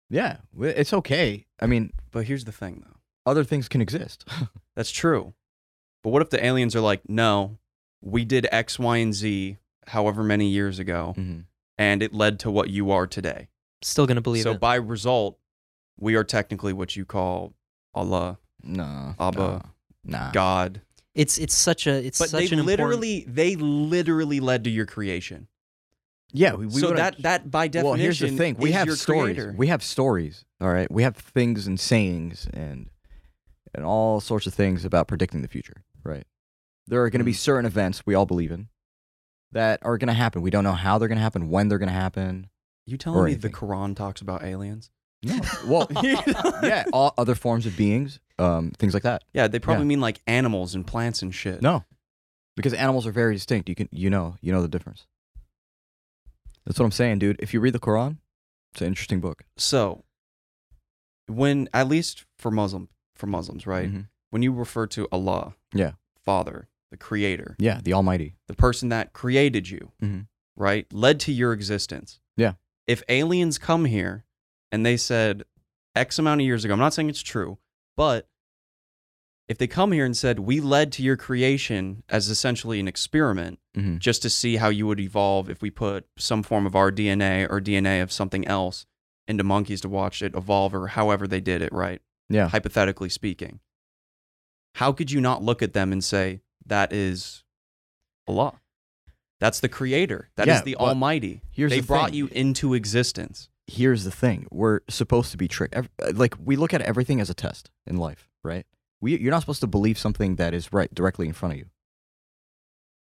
yeah, we- it's okay. I mean,
But here's the thing though.
other things can exist.
That's true. But what if the aliens are like, no, we did X, Y, and Z however many years ago,
mm-hmm.
and it led to what you are today.
Still going to believe
so
it.
by result, we are technically what you call Allah,
No,
Abba,
nah, nah.
God.
It's it's such a it's
But
such
they
an important-
literally they literally led to your creation.
Yeah, we, we
so
would've-
that that by definition
well, here's the thing: we
is
have
your
stories.
creator.
We have stories. All right, we have things and sayings and and all sorts of things about predicting the future. Right? There are going to be
Mhm.
certain events we all believe in that are going to happen. We don't know how they're going to happen, when they're going to happen.
you telling
or
me the
anything.
Quran talks about aliens?
No. Well, yeah, all other forms of beings, um, things like that.
Yeah, they probably
Yeah.
mean like animals and plants and shit.
No, because animals are very distinct. You can you know you know the difference. That's what I'm saying, dude. If you read the Quran, it's an interesting book,
So when at least for Muslim for Muslims, right?
Mhm.
When you refer to Allah,
Yeah.
Father, the creator,
Yeah, the Almighty.
the person that created you,
Mhm.
right? Led to your existence.
Yeah.
If aliens come here and they said X amount of years ago, I'm not saying it's true, but if they come here and said, We led to your creation as essentially an experiment
Mm-hmm.
just to see how you would evolve if we put some form of our DNA or DNA of something else into monkeys to watch it evolve or however they did it, right?
Yeah.
Hypothetically speaking. How could you not look at them and say, that is Allah? That's the creator. That is
Yeah,
the
but
Almighty.
here's
they
the
brought
thing.
you into existence.
here's the thing we're supposed to be tricked ev- uh, like we look at everything as a test in life right we, you're not supposed to believe something that is right directly in front of you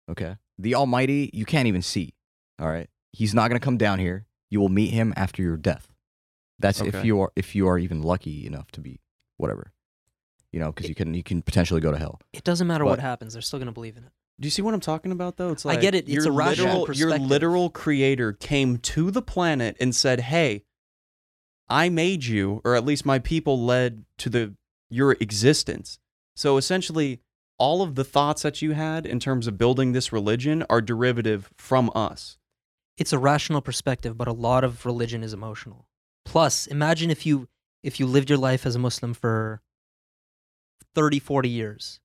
okay the almighty you can't even see all right he's not going to come down here you will meet him after your death that's if
Okay.
you are if you are even lucky enough to be whatever you know because you can you can potentially go to hell
It doesn't matter what
But-
happens; they're still gonna believe in it.
Do you see what I'm talking about though? It's
I
like
get it. It's
your
a rational
literal, your
perspective.
literal creator came to the planet and said, "Hey, I made you, or at least my people led to the your existence." So essentially, all of the thoughts that you had in terms of building this religion are derivative from us.
It's a rational perspective, but a lot of religion is emotional. Plus, imagine if you if you lived your life as a Muslim for 30, 40 years.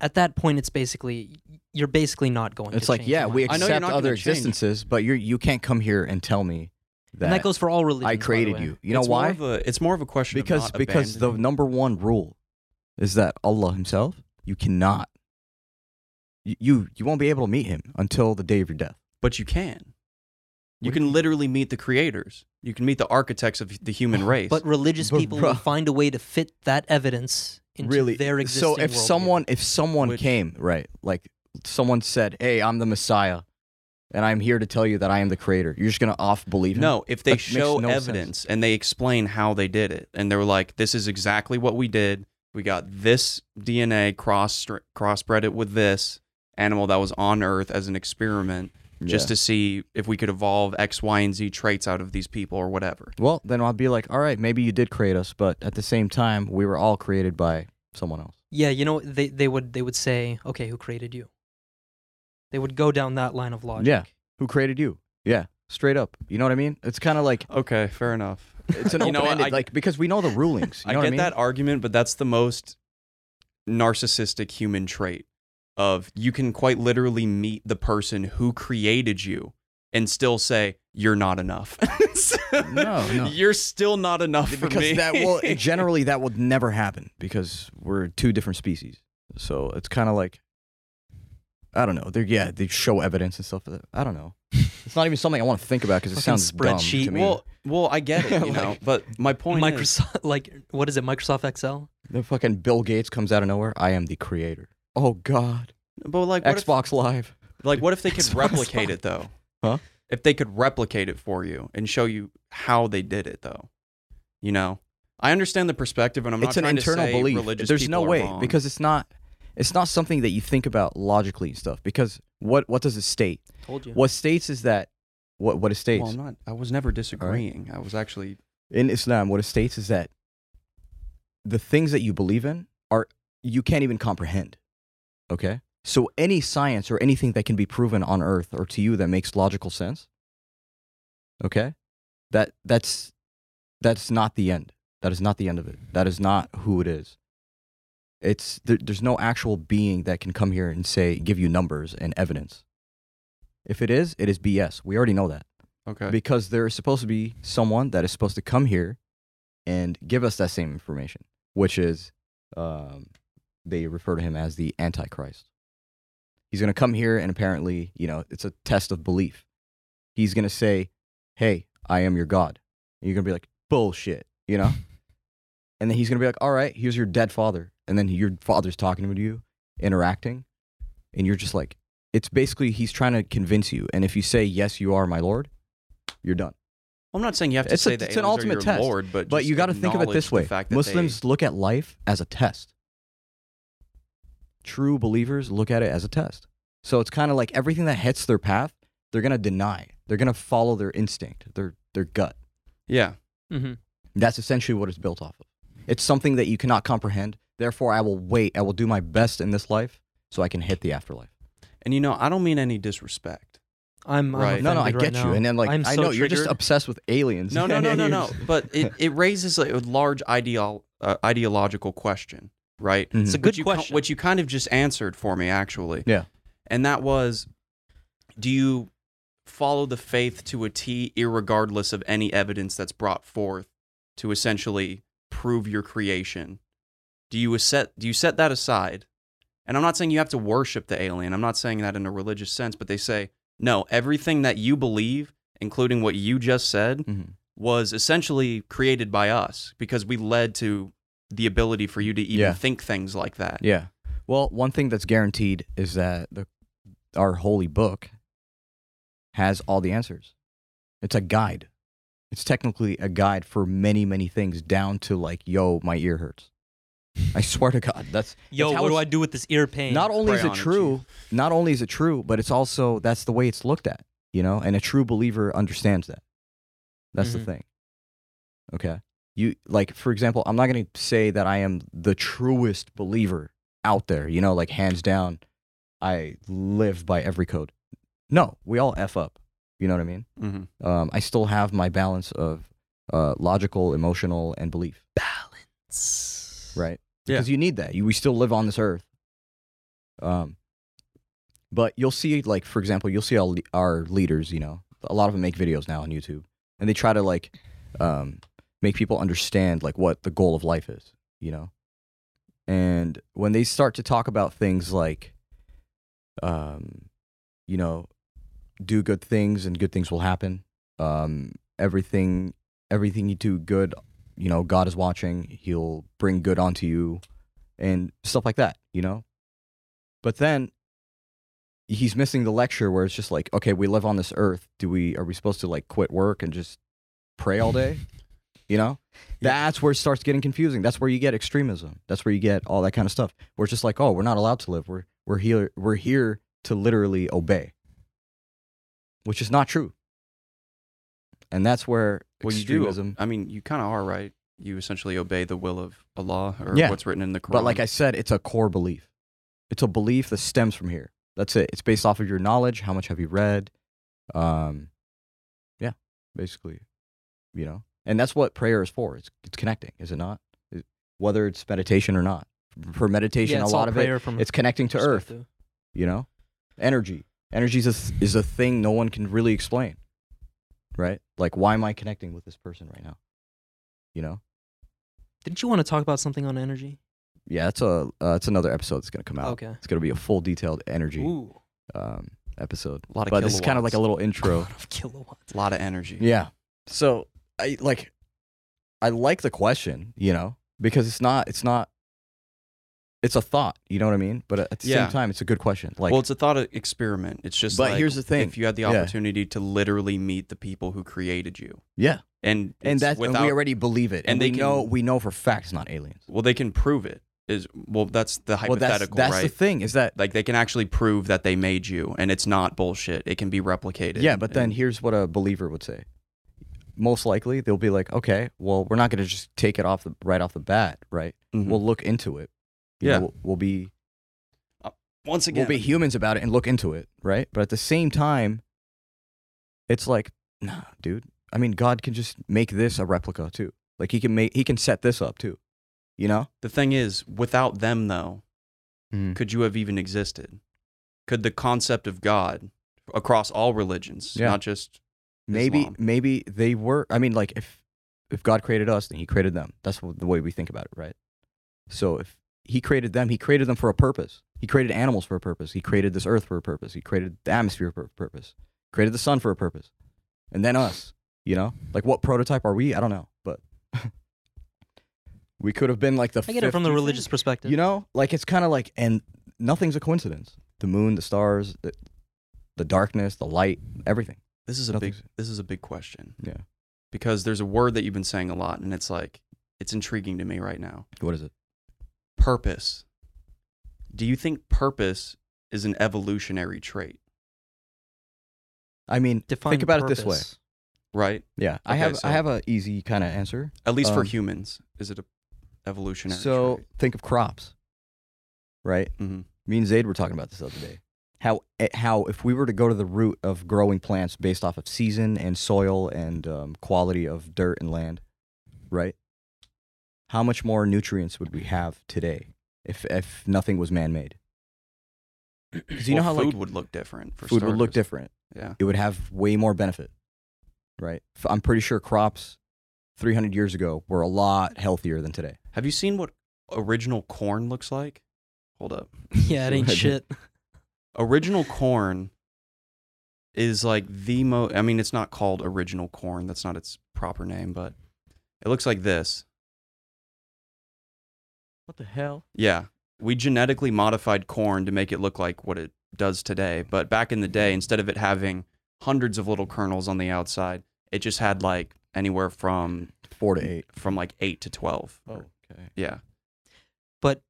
At that point, it's basically you're basically not going.
it's
to
like
change your
yeah we
mind.
I know you're
accept
not gonna
other
change.
existences but you you can't come here and tell me that,
and that goes for all religions. by
i
the
created
way.
you you know
It's more
why
of a- it's more of a question of
because
not
because the
abandoning.
number one rule is that Allah Himself, you cannot, you, you you won't be able to meet Him until the day of your death.
but you can. You
What do
can literally meet the creators. You can meet the architects of the human race.
But religious
But
people
bro-
will find a way to fit that evidence into their existing.
so if
worldview.
someone if someone
Which-
came right, like someone said, "Hey, I'm the Messiah, and I'm here to tell you that I am the Creator," you're just gonna off believe Him.
No, if they
That makes
show
no sense.
evidence and they explain how they did it, and they're like, "This is exactly what we did. We got this DNA cross crossbred it with this animal that was on Earth as an experiment, just to see if we could evolve X, Y, and Z traits out of these people or whatever."
well, then I'll be like, "All right, maybe you did create us, but at the same time, we were all created by someone else."
yeah, you know, they they would they would say, okay, who created you? They would go down that line of logic.
Yeah. Who created you? Yeah, straight up. You know what I mean? It's kind of like
Okay, fair enough.
It's an
You know what,
open-ended,
I-
like because we know the rulings. You
I
know
get
what I mean?
that argument, but that's the most narcissistic human trait of you can quite literally meet the person who created you and still say you're not enough.
No, no.
You're still not enough for
because
me.
that will generally that will never happen because we're two different species. So it's kind of like I don't know. They're yeah, they show evidence and stuff. but I don't know. It's not even something I want to think about because it
Fucking
sounds
spreadsheet.
dumb to me.
well, well, I get it, you
Like-
know, but my point is,
Microsoft, like, what is it? Microsoft Excel.
the fucking Bill Gates comes out of nowhere. I am the creator. Oh God,
but like, what if,
Xbox Live.
like, what if they could
Xbox
replicate
Live.
it though?
Huh?
If they could replicate it for you and show you how they did it though, you know, I understand the perspective, and I'm
it's
not
an
trying
internal
to say
belief.
religious
There's no
people are
way
wrong.
because it's not. It's not something that you think about logically and stuff. Because what what does it state?
Told you.
What states is that what what it states?
Well, I'm not. I was never disagreeing. I was actually.
in Islam, what it states is that the things that you believe in are you can't even comprehend. Okay? So any science or anything that can be proven on earth or to you that makes logical sense, okay? That that's that's not the end. That is not the end of it. That is not who it is. It's there, there's no actual being that can come here and say give you numbers and evidence. If it is, it is BS. We already know that
Okay.
because there is supposed to be someone that is supposed to come here and give us that same information, which is um, they refer to him as the Antichrist. He's going to come here and apparently, you know, it's a test of belief. He's going to say, Hey, I am your God. And you're going to be like, Bullshit, you know? and then he's going to be like, All right, here's your dead father. And then your father's talking to you, interacting. And you're just like, It's basically, he's trying to convince you. And if you say, Yes, you are my Lord, you're done.
I'm not saying you have to
It's a-
say that
it's an
aliens
ultimate
are your
test,
lord, but
But
just
you got to think of it
acknowledge
this
the
way
fact that they-
Muslims look at life as a test. True believers look at it as a test. So it's kind of like everything that hits their path, they're going to deny. They're going to follow their instinct, their, their gut.
yeah,
Mm-hmm.
That's essentially what it's built off of. It's something that you cannot comprehend. Therefore, I will wait. I will do my best in this life so I can hit the afterlife.
and you know, I don't mean any disrespect.
I'm, I'm
Right.
No, no, I
offended
get
right
you.
now.
And then, like,
I'm
I
so
know you're just
triggered.
obsessed with aliens.
No, no, no, no,
You're
no.
just-
But it, it raises like, a large ideol uh, ideological question, right?
Mhm. It's a
Which
good
you ki-
question.
which you kind of just answered for me, actually.
Yeah.
And that was, do you follow the faith to a T, irregardless of any evidence that's brought forth to essentially prove your creation? Do you set do you set that aside? And I'm not saying you have to worship the alien. I'm not saying that in a religious sense, but they say, no, everything that you believe, including what you just said,
Mhm.
was essentially created by us because we led to the ability for you to even
Yeah.
think things like that.
Yeah. Well, one thing that's guaranteed is that the, our holy book has all the answers. It's a guide. It's technically a guide for many, many things, down to like, yo, my ear hurts. I swear to God, that's
Yo,
It's how
what do I
it's-
do with this ear pain?
not only
Pray
is it
on it,
true, not only is it true, but it's also that's the way it's looked at, you know. And a true believer understands that. That's
Mhm.
Mm-hmm.
the thing. Okay, you like for example, I'm not gonna say that I am the truest believer out there, you know, like hands down, I live by every code. No, we all f up. You know what I mean?
Mm-hmm.
Um, I still have my balance of uh, logical, emotional, and belief.
balance.
right?
Yeah.
Because you need that. You, we still live on this earth. Um, but you'll see, like for example, you'll see our, le- our leaders. You know, a lot of them make videos now on YouTube, and they try to like um, make people understand like what the goal of life is. You know, and when they start to talk about things like, um, you know, do good things and good things will happen. Um, everything, everything you do good you know, God is watching, he'll bring good onto you and stuff like that, you know? But then he's missing the lecture where it's just like, okay, we live on this earth. Do we are we supposed to like quit work and just pray all day? You know? That's where it starts getting confusing. That's where you get extremism. That's where you get all that kind of stuff. Where it's just like, oh, we're not allowed to live. We're we're here we're here to literally obey. Which is not true. And that's where
Well, you
extremism
do. I mean, you kind of are right. You essentially obey the will of Allah or
Yeah.
what's written in the Quran.
But like I said, it's a core belief. It's a belief that stems from here. That's it. It's based off of your knowledge. How much have you read? Um, yeah, basically, you know. And that's what prayer is for. It's it's connecting, is it not? It- whether it's meditation or not. For meditation,
Yeah,
a
it's
lot
all
of it,
prayer from
it's connecting to earth.
perspective.
You know, energy. Energy is a, th- is a thing no one can really explain, right? Like, why am I connecting with this person right now? You know.
Didn't you want to talk about something on energy?
Yeah, that's a uh, that's another episode that's gonna come out.
Okay.
It's gonna be a full detailed energy
Ooh,
um, episode.
a lot of
But this is kind of like a little
a
intro.
lot of kilowatts.
a lot of energy.
yeah. So I like I like the question, you know, because it's not it's not it's a thought, you know what I mean? But at the
Yeah.
same time, it's a good question. Like
well, it's a thought e, experiment. It's just.
But
like,
here's the thing.
If you had the
Yeah.
opportunity to literally meet the people who created you,
yeah,
and
and
it's
that's
without,
and we already believe it, and,
and
we
they can-
know we know for a fact it's not aliens.
well, they can prove it. Is well, that's the
Well, that's
hypothetical,
that's
right?
the thing is that
like they can actually prove that they made you, and it's not bullshit. It can be replicated.
Yeah, but then
and-
here's what a believer would say. Most likely, they'll be like, "Okay, well, we're not going to just take it off the right off the bat, right?
Mhm.
We'll look into it. You
Yeah.
know, we'll, we'll be
once again,
we'll be humans about it and look into it, right? But at the same time, it's like, nah, dude. I mean, God can just make this a replica too. Like he can make he can set this up too. You know?
The thing is, without them, though,
Mhm.
could you have even existed? Could the concept of God across all religions,
Yeah.
not just
Maybe
Islam.
maybe they were. I mean, like if if God created us, then He created them. That's wh- the way we think about it, right? So if he created them. He created them for a purpose. He created animals for a purpose. He created this earth for a purpose. He created the atmosphere for a purpose. Created the sun for a purpose. And then us, you know? Like what prototype are we? I don't know, but we could have been like the
I get it from the
50th
religious perspective.
you know, like it's kind of like, and nothing's a coincidence. The moon, the stars, the, the darkness, the light, everything.
This is a big
Nothing's-
this is a big question
Yeah.
because there's a word that you've been saying a lot and it's like it's intriguing to me right now.
What is it?
Purpose. Do you think purpose is an evolutionary trait,
I mean,
Define
think about it this way.
purpose.
right?
Yeah, I
Okay,
have
so-
I have a easy kind of answer.
At least for
Um,
humans, is it a evolutionary
So
trait?
think of crops, right?
Mhm.
Me and Zaid were talking about this the other day. How eh, how if we were to go to the root of growing plants based off of season and soil and um, quality of dirt and land, right? How much more nutrients would we have today if if nothing was man made? Because you
Well,
know how
food
like
would look different. For
food would look
starters.
different.
Yeah.
It would have way more benefit, right? F- I'm pretty sure crops 300 years ago were a lot healthier than today.
Have you seen what original corn looks like? Hold up.
yeah, it ain't
Right.
shit.
original corn is like the most i mean it's not called original corn that's not its proper name but it looks like this
What the hell?
yeah we genetically modified corn to make it look like what it does today but back in the day instead of it having hundreds of little kernels on the outside it just had like anywhere from
Four to eight.
from like 8 to 12 or-
okay.
yeah
But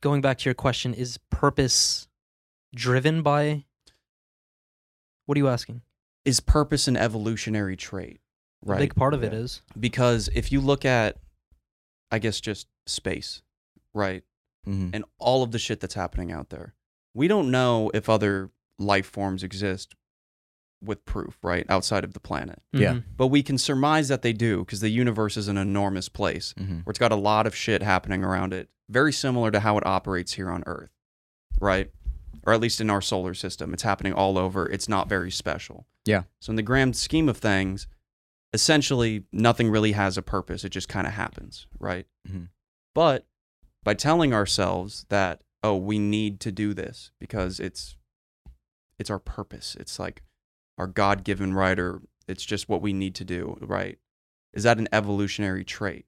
going back to your question, is purpose driven by? What are you asking?
is purpose an evolutionary trait
A
right
big part of it
yeah.
is
because if you look at i guess just space right
hmm
and all of the shit that's happening out there. We don't know if other life forms exist with proof, right? Outside of the planet.
Yeah.
Mhm.
But we can surmise that they do because the universe is an enormous place
hmm
where it's got a lot of shit happening around it, very similar to how it operates here on Earth, right? Or at least in our solar system. It's happening all over. It's not very special.
Yeah.
So, in the grand scheme of things, essentially nothing really has a purpose. It just kind of happens, right?
Mhm.
But by telling ourselves that, oh, we need to do this because it's it's our purpose. It's like our God given right or it's just what we need to do, right? Is that an evolutionary trait?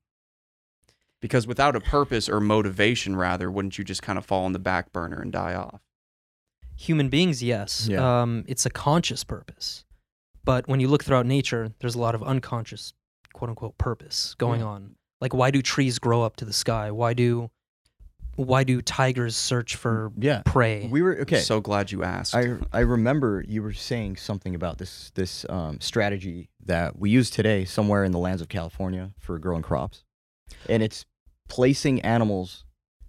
Because without a purpose or motivation, rather, wouldn't you just kind of fall on the back burner and die off?
human beings, yes.
Yeah.
Um, it's a conscious purpose. But when you look throughout nature, there's a lot of unconscious, quote unquote, purpose going
Yeah.
on. Like, why do trees grow up to the sky? Why do, why do tigers search for
Mm,
Yeah.
prey?
We were okay.
So glad you asked.
I I remember you were saying something about this this um, strategy that we use today somewhere in the lands of California for growing crops, and it's placing animals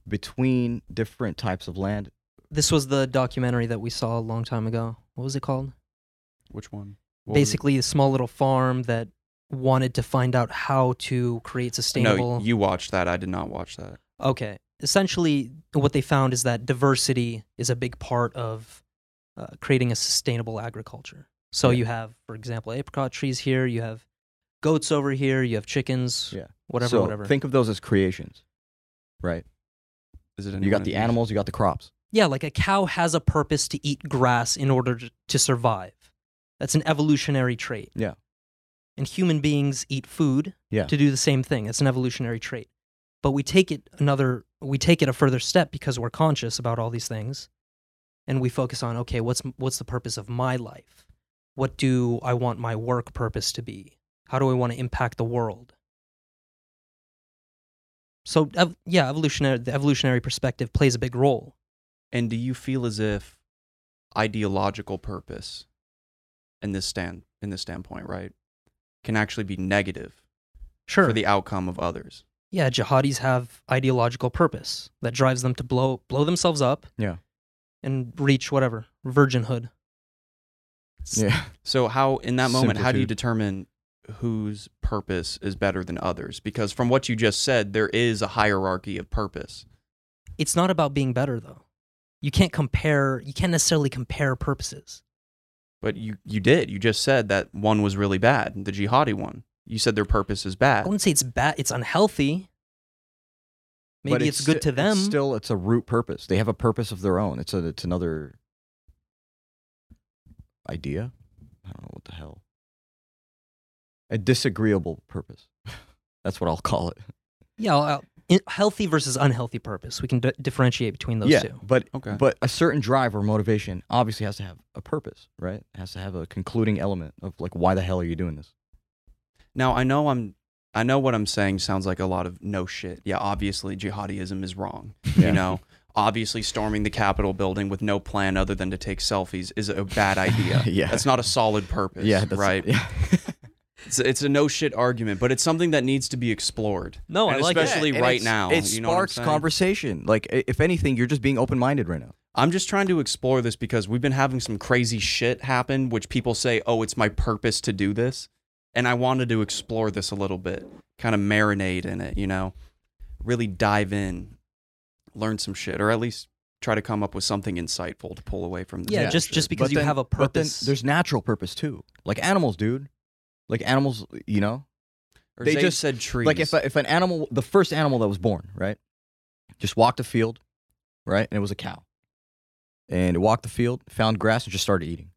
between different types of land.
this was the documentary that we saw a long time ago. What was it called?
Which one? What was it?
Basically, a small little farm that wanted to find out how to create sustainable.
No, you watched that. I did not watch that.
Okay. Essentially, what they found is that diversity is a big part of uh, creating a sustainable agriculture. So
Yeah.
you have, for example, apricot trees here, you have goats over here, you have chickens,
Yeah.
whatever,
so
whatever.
Think of those as creations, right?
Is it?
you
anyone
got
of
the
these?
animals, you got the crops.
yeah, like a cow has a purpose to eat grass in order to- to survive. That's an evolutionary trait.
Yeah.
And human beings eat food
Yeah.
to do the same thing. That's an evolutionary trait. But we take it another we take it a further step because we're conscious about all these things and we focus on okay, what's what's the purpose of my life? What do I want my work purpose to be? How do I want to impact the world? So ev- yeah, evolutionary the evolutionary perspective plays a big role.
And do you feel as if ideological purpose, in this stand, in this standpoint, right, can actually be negative
Sure.
for the outcome of others?
yeah, jihadis have ideological purpose that drives them to blow blow themselves up
Yeah.
and reach whatever, virginhood.
Yeah.
So how in that moment, how do you
Simplitude.
determine whose purpose is better than others? Because from what you just said, there is a hierarchy of purpose.
it's not about being better though. You can't compare. You can't necessarily compare purposes.
But you you did. You just said that one was really bad, the jihadi one. You said their purpose is
I
bad.
wouldn't say it's bad. It's unhealthy. Maybe
But
it's, good
sti-
to them.
It's still, it's a root purpose. They have a purpose of their own. It's a, it's another idea. I don't know what the hell. A disagreeable purpose. That's what I'll call it.
yeah, I'll- I'll- in- healthy versus unhealthy purpose. We can d- differentiate between those
yeah,
two.
but
Okay.
but a certain drive or motivation obviously has to have a purpose, right? It has to have a concluding element of like, why the hell are you doing this?
Now I know I'm I know what I'm saying sounds like a lot of no shit. Yeah, obviously jihadiism is wrong.
Yeah.
You know, obviously storming the Capitol building with no plan other than to take selfies is a bad idea.
Yeah.
That's not a solid purpose.
yeah, that's
right.
Yeah.
It's, it's a no shit argument, but it's something that needs to be explored.
No, I
And
like
especially-
it.
and
right
it's-
now,
It
you know what I'm
sparks
saying?
conversation. Like, i- if anything, you're just being open minded right now.
I'm just trying to explore this because we've been having some crazy shit happen, which people say, oh, it's my purpose to do this. And I wanted to explore this a little bit, kind of marinate in it, you know, really dive in, learn some shit, or at least try to come up with something insightful to pull away from this.
Yeah,
Yeah,
just just
bullshit.
because
But
you
then-
have a
But then
purpose.
there's natural purpose too, like animals, dude. Like animals, you know.
Or
they
Zayd
just-
said trees.
Like if if an animal, the first animal that was born, right, just walked a field, right, and it was a cow, and it walked the field, found grass, and just started eating.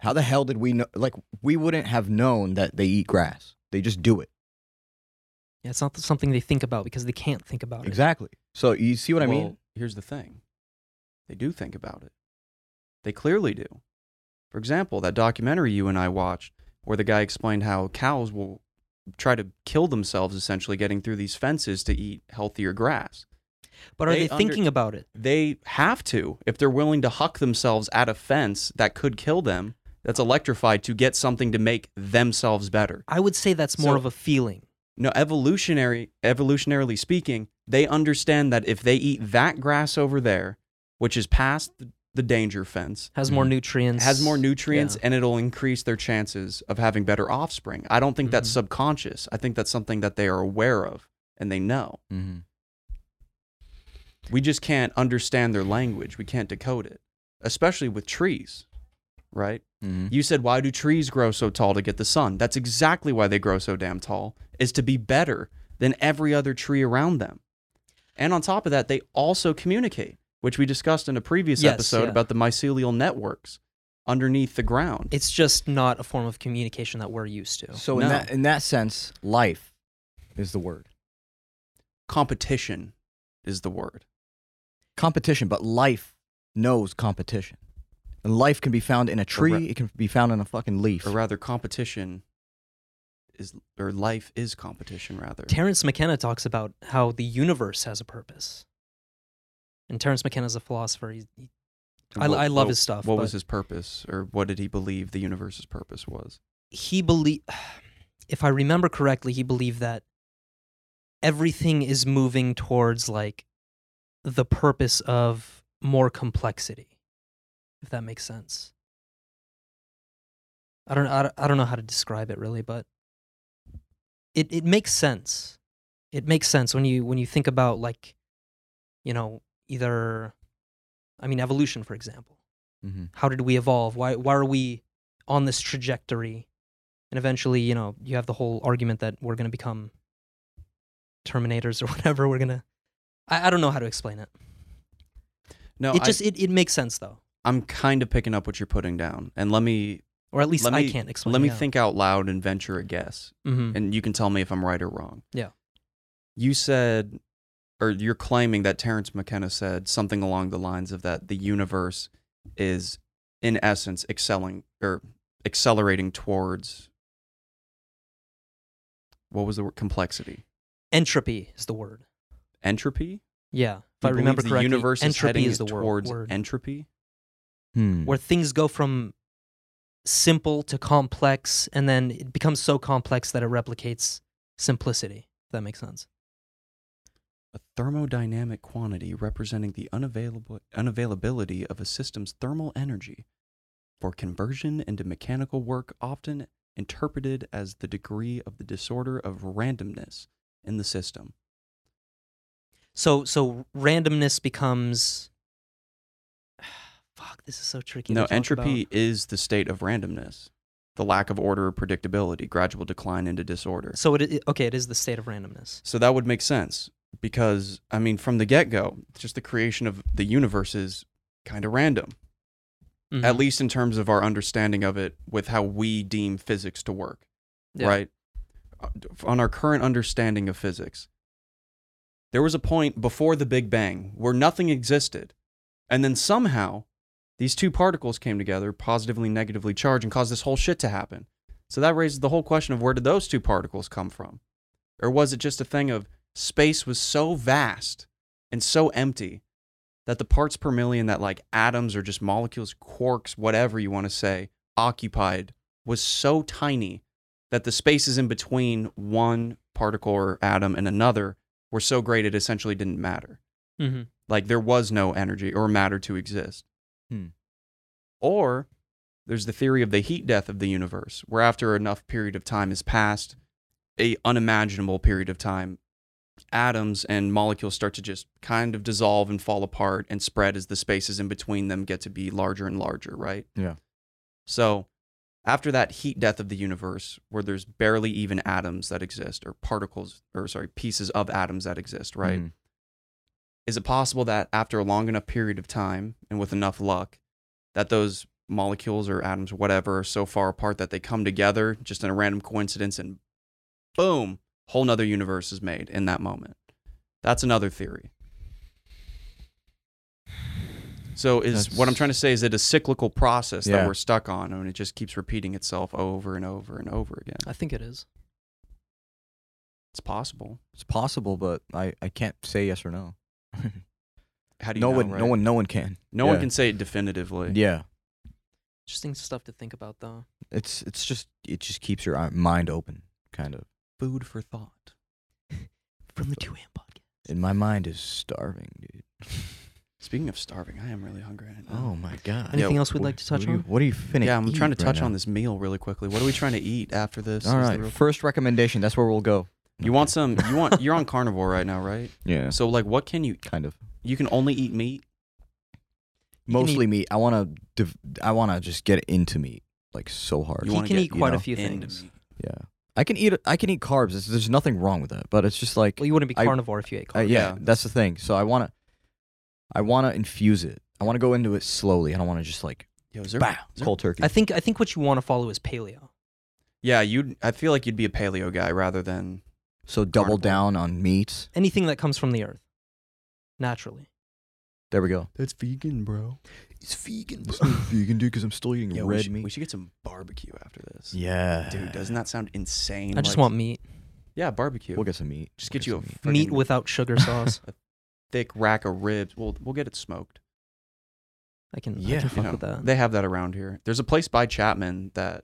How the hell did we know? Like we wouldn't have known that they eat grass. They just do it
yeah, it's not something they think about because they can't think about it.
exactly. So you see what I
Well,
mean?
Here's the thing they do think about it, they clearly do. For example, that documentary you and I watched where the guy explained how cows will try to kill themselves essentially getting through these fences to eat healthier grass.
But are
They
they,
under-
thinking about it?
They have to if they're willing to huck themselves at a fence that could kill them that's electrified to get something to make themselves better.
I would say that's more
So-
of a feeling.
No, evolutionary evolutionarily speaking, they understand that if they eat that grass over there, which is past the, the danger fence,
Has more
Mhm.
nutrients.
Mm-hmm. has more nutrients
Yeah.
and it'll increase their chances of having better offspring. I don't think that's
Mhm.
subconscious. I think that's something that they are aware of and they know.
Mm-hmm.
We just can't understand their language. We can't decode it, especially with trees, right?
Mm-hmm.
You said, why do trees grow so tall to get the sun? That's exactly why they grow so damn tall, is to be better than every other tree around them. And on top of that, they also communicate, which we discussed in a previous
Yes,
episode
yeah.
about the mycelial networks underneath the ground.
It's just not a form of communication that we're used to.
So
No.
in that in that sense, life is the word.
Competition is the word.
competition, but life knows competition. And life can be found in a tree,
Correct.
it can be found in a fucking leaf.
Or rather, competition is, or life is competition, rather.
Terence McKenna talks about how the universe has a purpose. And Terence McKenna's a philosopher. He, he- I- I love his stuff,
What was
but-
his purpose, or what did he believe the universe's purpose was?
he believe if I remember correctly, he believed that everything is moving towards like the purpose of more complexity. If that makes sense. I don't I don't- I don't know how to describe it really, but it it makes sense. It makes sense when you when you think about like you know, either I mean evolution for example
Mhm.
how did we evolve why why are we on this trajectory and eventually you know you have the whole argument that we're going to become terminators or whatever we're going to I, I don't know how to explain it
No,
it
I-
just it, it makes sense though
I'm kind of picking up what you're putting down, and let me
or at least
Let
i
me-
can't explain
let me think out loud and venture a guess,
hmm
and you can tell me if I'm right or wrong.
Yeah.
You said, or you're claiming that Terrence McKenna said something along the lines of that the universe is, in essence, excelling or accelerating towards. What was the word? Complexity,
entropy is the word
entropy.
yeah if
You
i
believe
remember
the
correctly
universe is
entropy
heading
is the wor-
towards
word
entropy.
Hmm.
where things go from simple to complex and then it becomes so complex that it replicates simplicity if that makes sense
a thermodynamic quantity representing the unavailable, unavailability of a system's thermal energy for conversion into mechanical work, often interpreted as the degree of the disorder of randomness in the system.
So so randomness becomes fuck, this is so tricky. to
no,
talk
entropy
about.
is the state of randomness, the lack of order or predictability, gradual decline into disorder.
So it, i okay, it is the state of randomness.
So that would make sense because I mean, from the get go, just the creation of the universe is kind of random, at
Mhm.
least in terms of our understanding of it with how we deem physics to work,
Yeah.
right? Uh, On our current understanding of physics, there was a point before the Big Bang where nothing existed, and then somehow these two particles came together, positively, negatively charged, and caused this whole shit to happen. So that raises the whole question of where did those two particles come from? Or was it just a thing of space was so vast and so empty that the parts per million that like atoms or just molecules, quarks, whatever you want to say, occupied was so tiny that the spaces in between one particle or atom and another were so great it essentially didn't matter.
Mhm.
Like there was no energy or matter to exist.
Hmm.
Or there's the theory of the heat death of the universe, where after enough period of time has passed, a unimaginable period of time, atoms and molecules start to just kind of dissolve and fall apart and spread as the spaces in between them get to be larger and larger, right?
Yeah.
So after that heat death of the universe, where there's barely even atoms that exist or particles or sorry, pieces of atoms that exist, right?
Mhm.
is it possible that after a long enough period of time and with enough luck that those molecules or atoms or whatever are so far apart that they come together just in a random coincidence and boom whole nother universe is made in that moment that's another theory so is what i'm
That's-
trying to say is it a cyclical process that
Yeah.
we're stuck on and it just keeps repeating itself over and over and over again
I think it is.
it's possible
It's possible, but I, I can't say yes or no.
how do you
no
know
one,
right?
no one, no one can.
no
Yeah.
one can say it definitively
Yeah,
Interesting stuff to think about, though.
it's it's just it just keeps your eye- mind open, kind of.
food for thought
From the Two Am podcast.
And my mind is starving, dude.
Speaking of starving, I am really hungry. Right now.
Oh my god.
Anything
Yeah,
else we'd like to touch
what Are you,
on?
what are you finna
yeah, I'm trying to
eat right
touch on
now?
this meal really quickly. What are we trying to eat after this?
All
Is the
right,
real-
first recommendation. That's where we'll go.
You want some? You want? You're on carnivore right now, right?
Yeah,
So like, what can you?
kind of.
You can only eat meat.
You can
Mostly meat. I wanna, div- I wanna just get into meat like so hard.
You
he
wanna
can
get,
eat
you
quite
know,
a few
into
things.
meat.
Yeah, I can eat. I can eat carbs. It's, there's nothing wrong with that. But it's just like,
Well, you wouldn't be
I-
carnivore if you ate
uh,
carbs.
yeah,
yeah.
that's the thing. So I wanna, I wanna infuse it. I wanna go into it slowly. I don't wanna just like,
Yo, is there-
bah,
is there-
cold turkey.
I think I think what you want to follow is paleo.
Yeah, you'd. I feel like you'd be a paleo guy rather than.
so
carnivore.
double down on meats.
Anything that comes from the earth, naturally.
There we go.
That's vegan, bro.
It's vegan. It's not vegan, dude, because I'm still eating
Yo, we
red
should,
meat.
We should get some barbecue after this.
yeah,
Dude, doesn't that sound insane?
I just
Like-
want meat,
Yeah, barbecue.
We'll get some meat.
just
We'll
get you a
some meat.
friggin'
meat without sugar sauce.
thick rack of ribs. We'll we'll get it smoked.
I can, I
Yeah,
can
you
fuck
know,
with that.
They have that around here. There's a place by Chapman that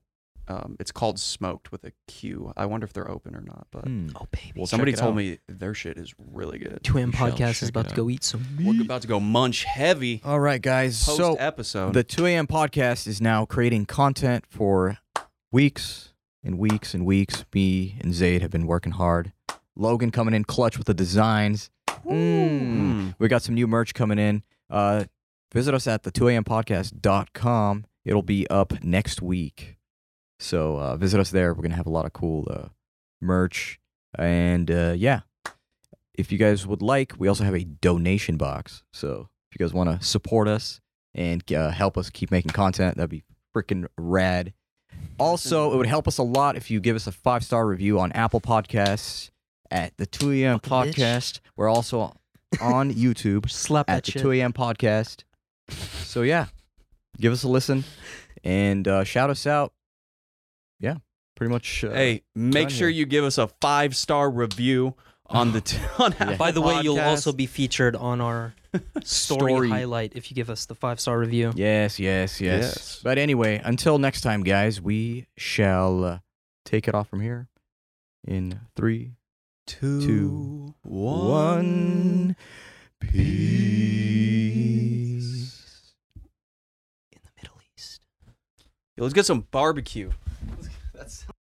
um, it's called Smoked with a Q. I wonder if they're open or not. But
Hmm.
oh baby,
Well, check
somebody
it
told
out.
me their shit is really good.
Two M
we shall
podcast
check
is
it
about to
out.
go eat some
We're
meat.
about to go munch heavy
All right, guys.
post
So
episode.
the 2 a.m. podcast is now creating content for weeks and weeks and weeks. Me and Zayd have been working hard. Logan coming in clutch with the designs. Mm.
Hmm.
Mm.
We got some new merch coming in. Uh, visit us at the 2ampodcast.com. It'll be up next week. So uh, visit us there. We're going to have a lot of cool uh, merch. And uh, yeah, if you guys would like, we also have a donation box. So if you guys want to support us and uh, help us keep making content, that'd be freaking rad. Also, it would help us a lot if you give us a five star review on Apple Podcasts at the 2am
Fucking bitch.
podcast. We're also on YouTube
Slap
at
that
the
shit.
2 a.m. podcast. So yeah, give us a listen and uh, shout us out. Yeah, pretty much. Uh,
Hey, make
done
sure
here.
you give us a five star review on the t- on Apple
Oh, By the way, you'll
Podcasts.
also be featured on our story,
Story.
highlight if you give us the five star review.
Yes, yes, yes,
Yes.
But anyway, until next time, guys, we shall uh, take it off from here in three,
two,
two,
one.
one. Peace.
In the Middle East.
Yo, let's get some barbecue. That's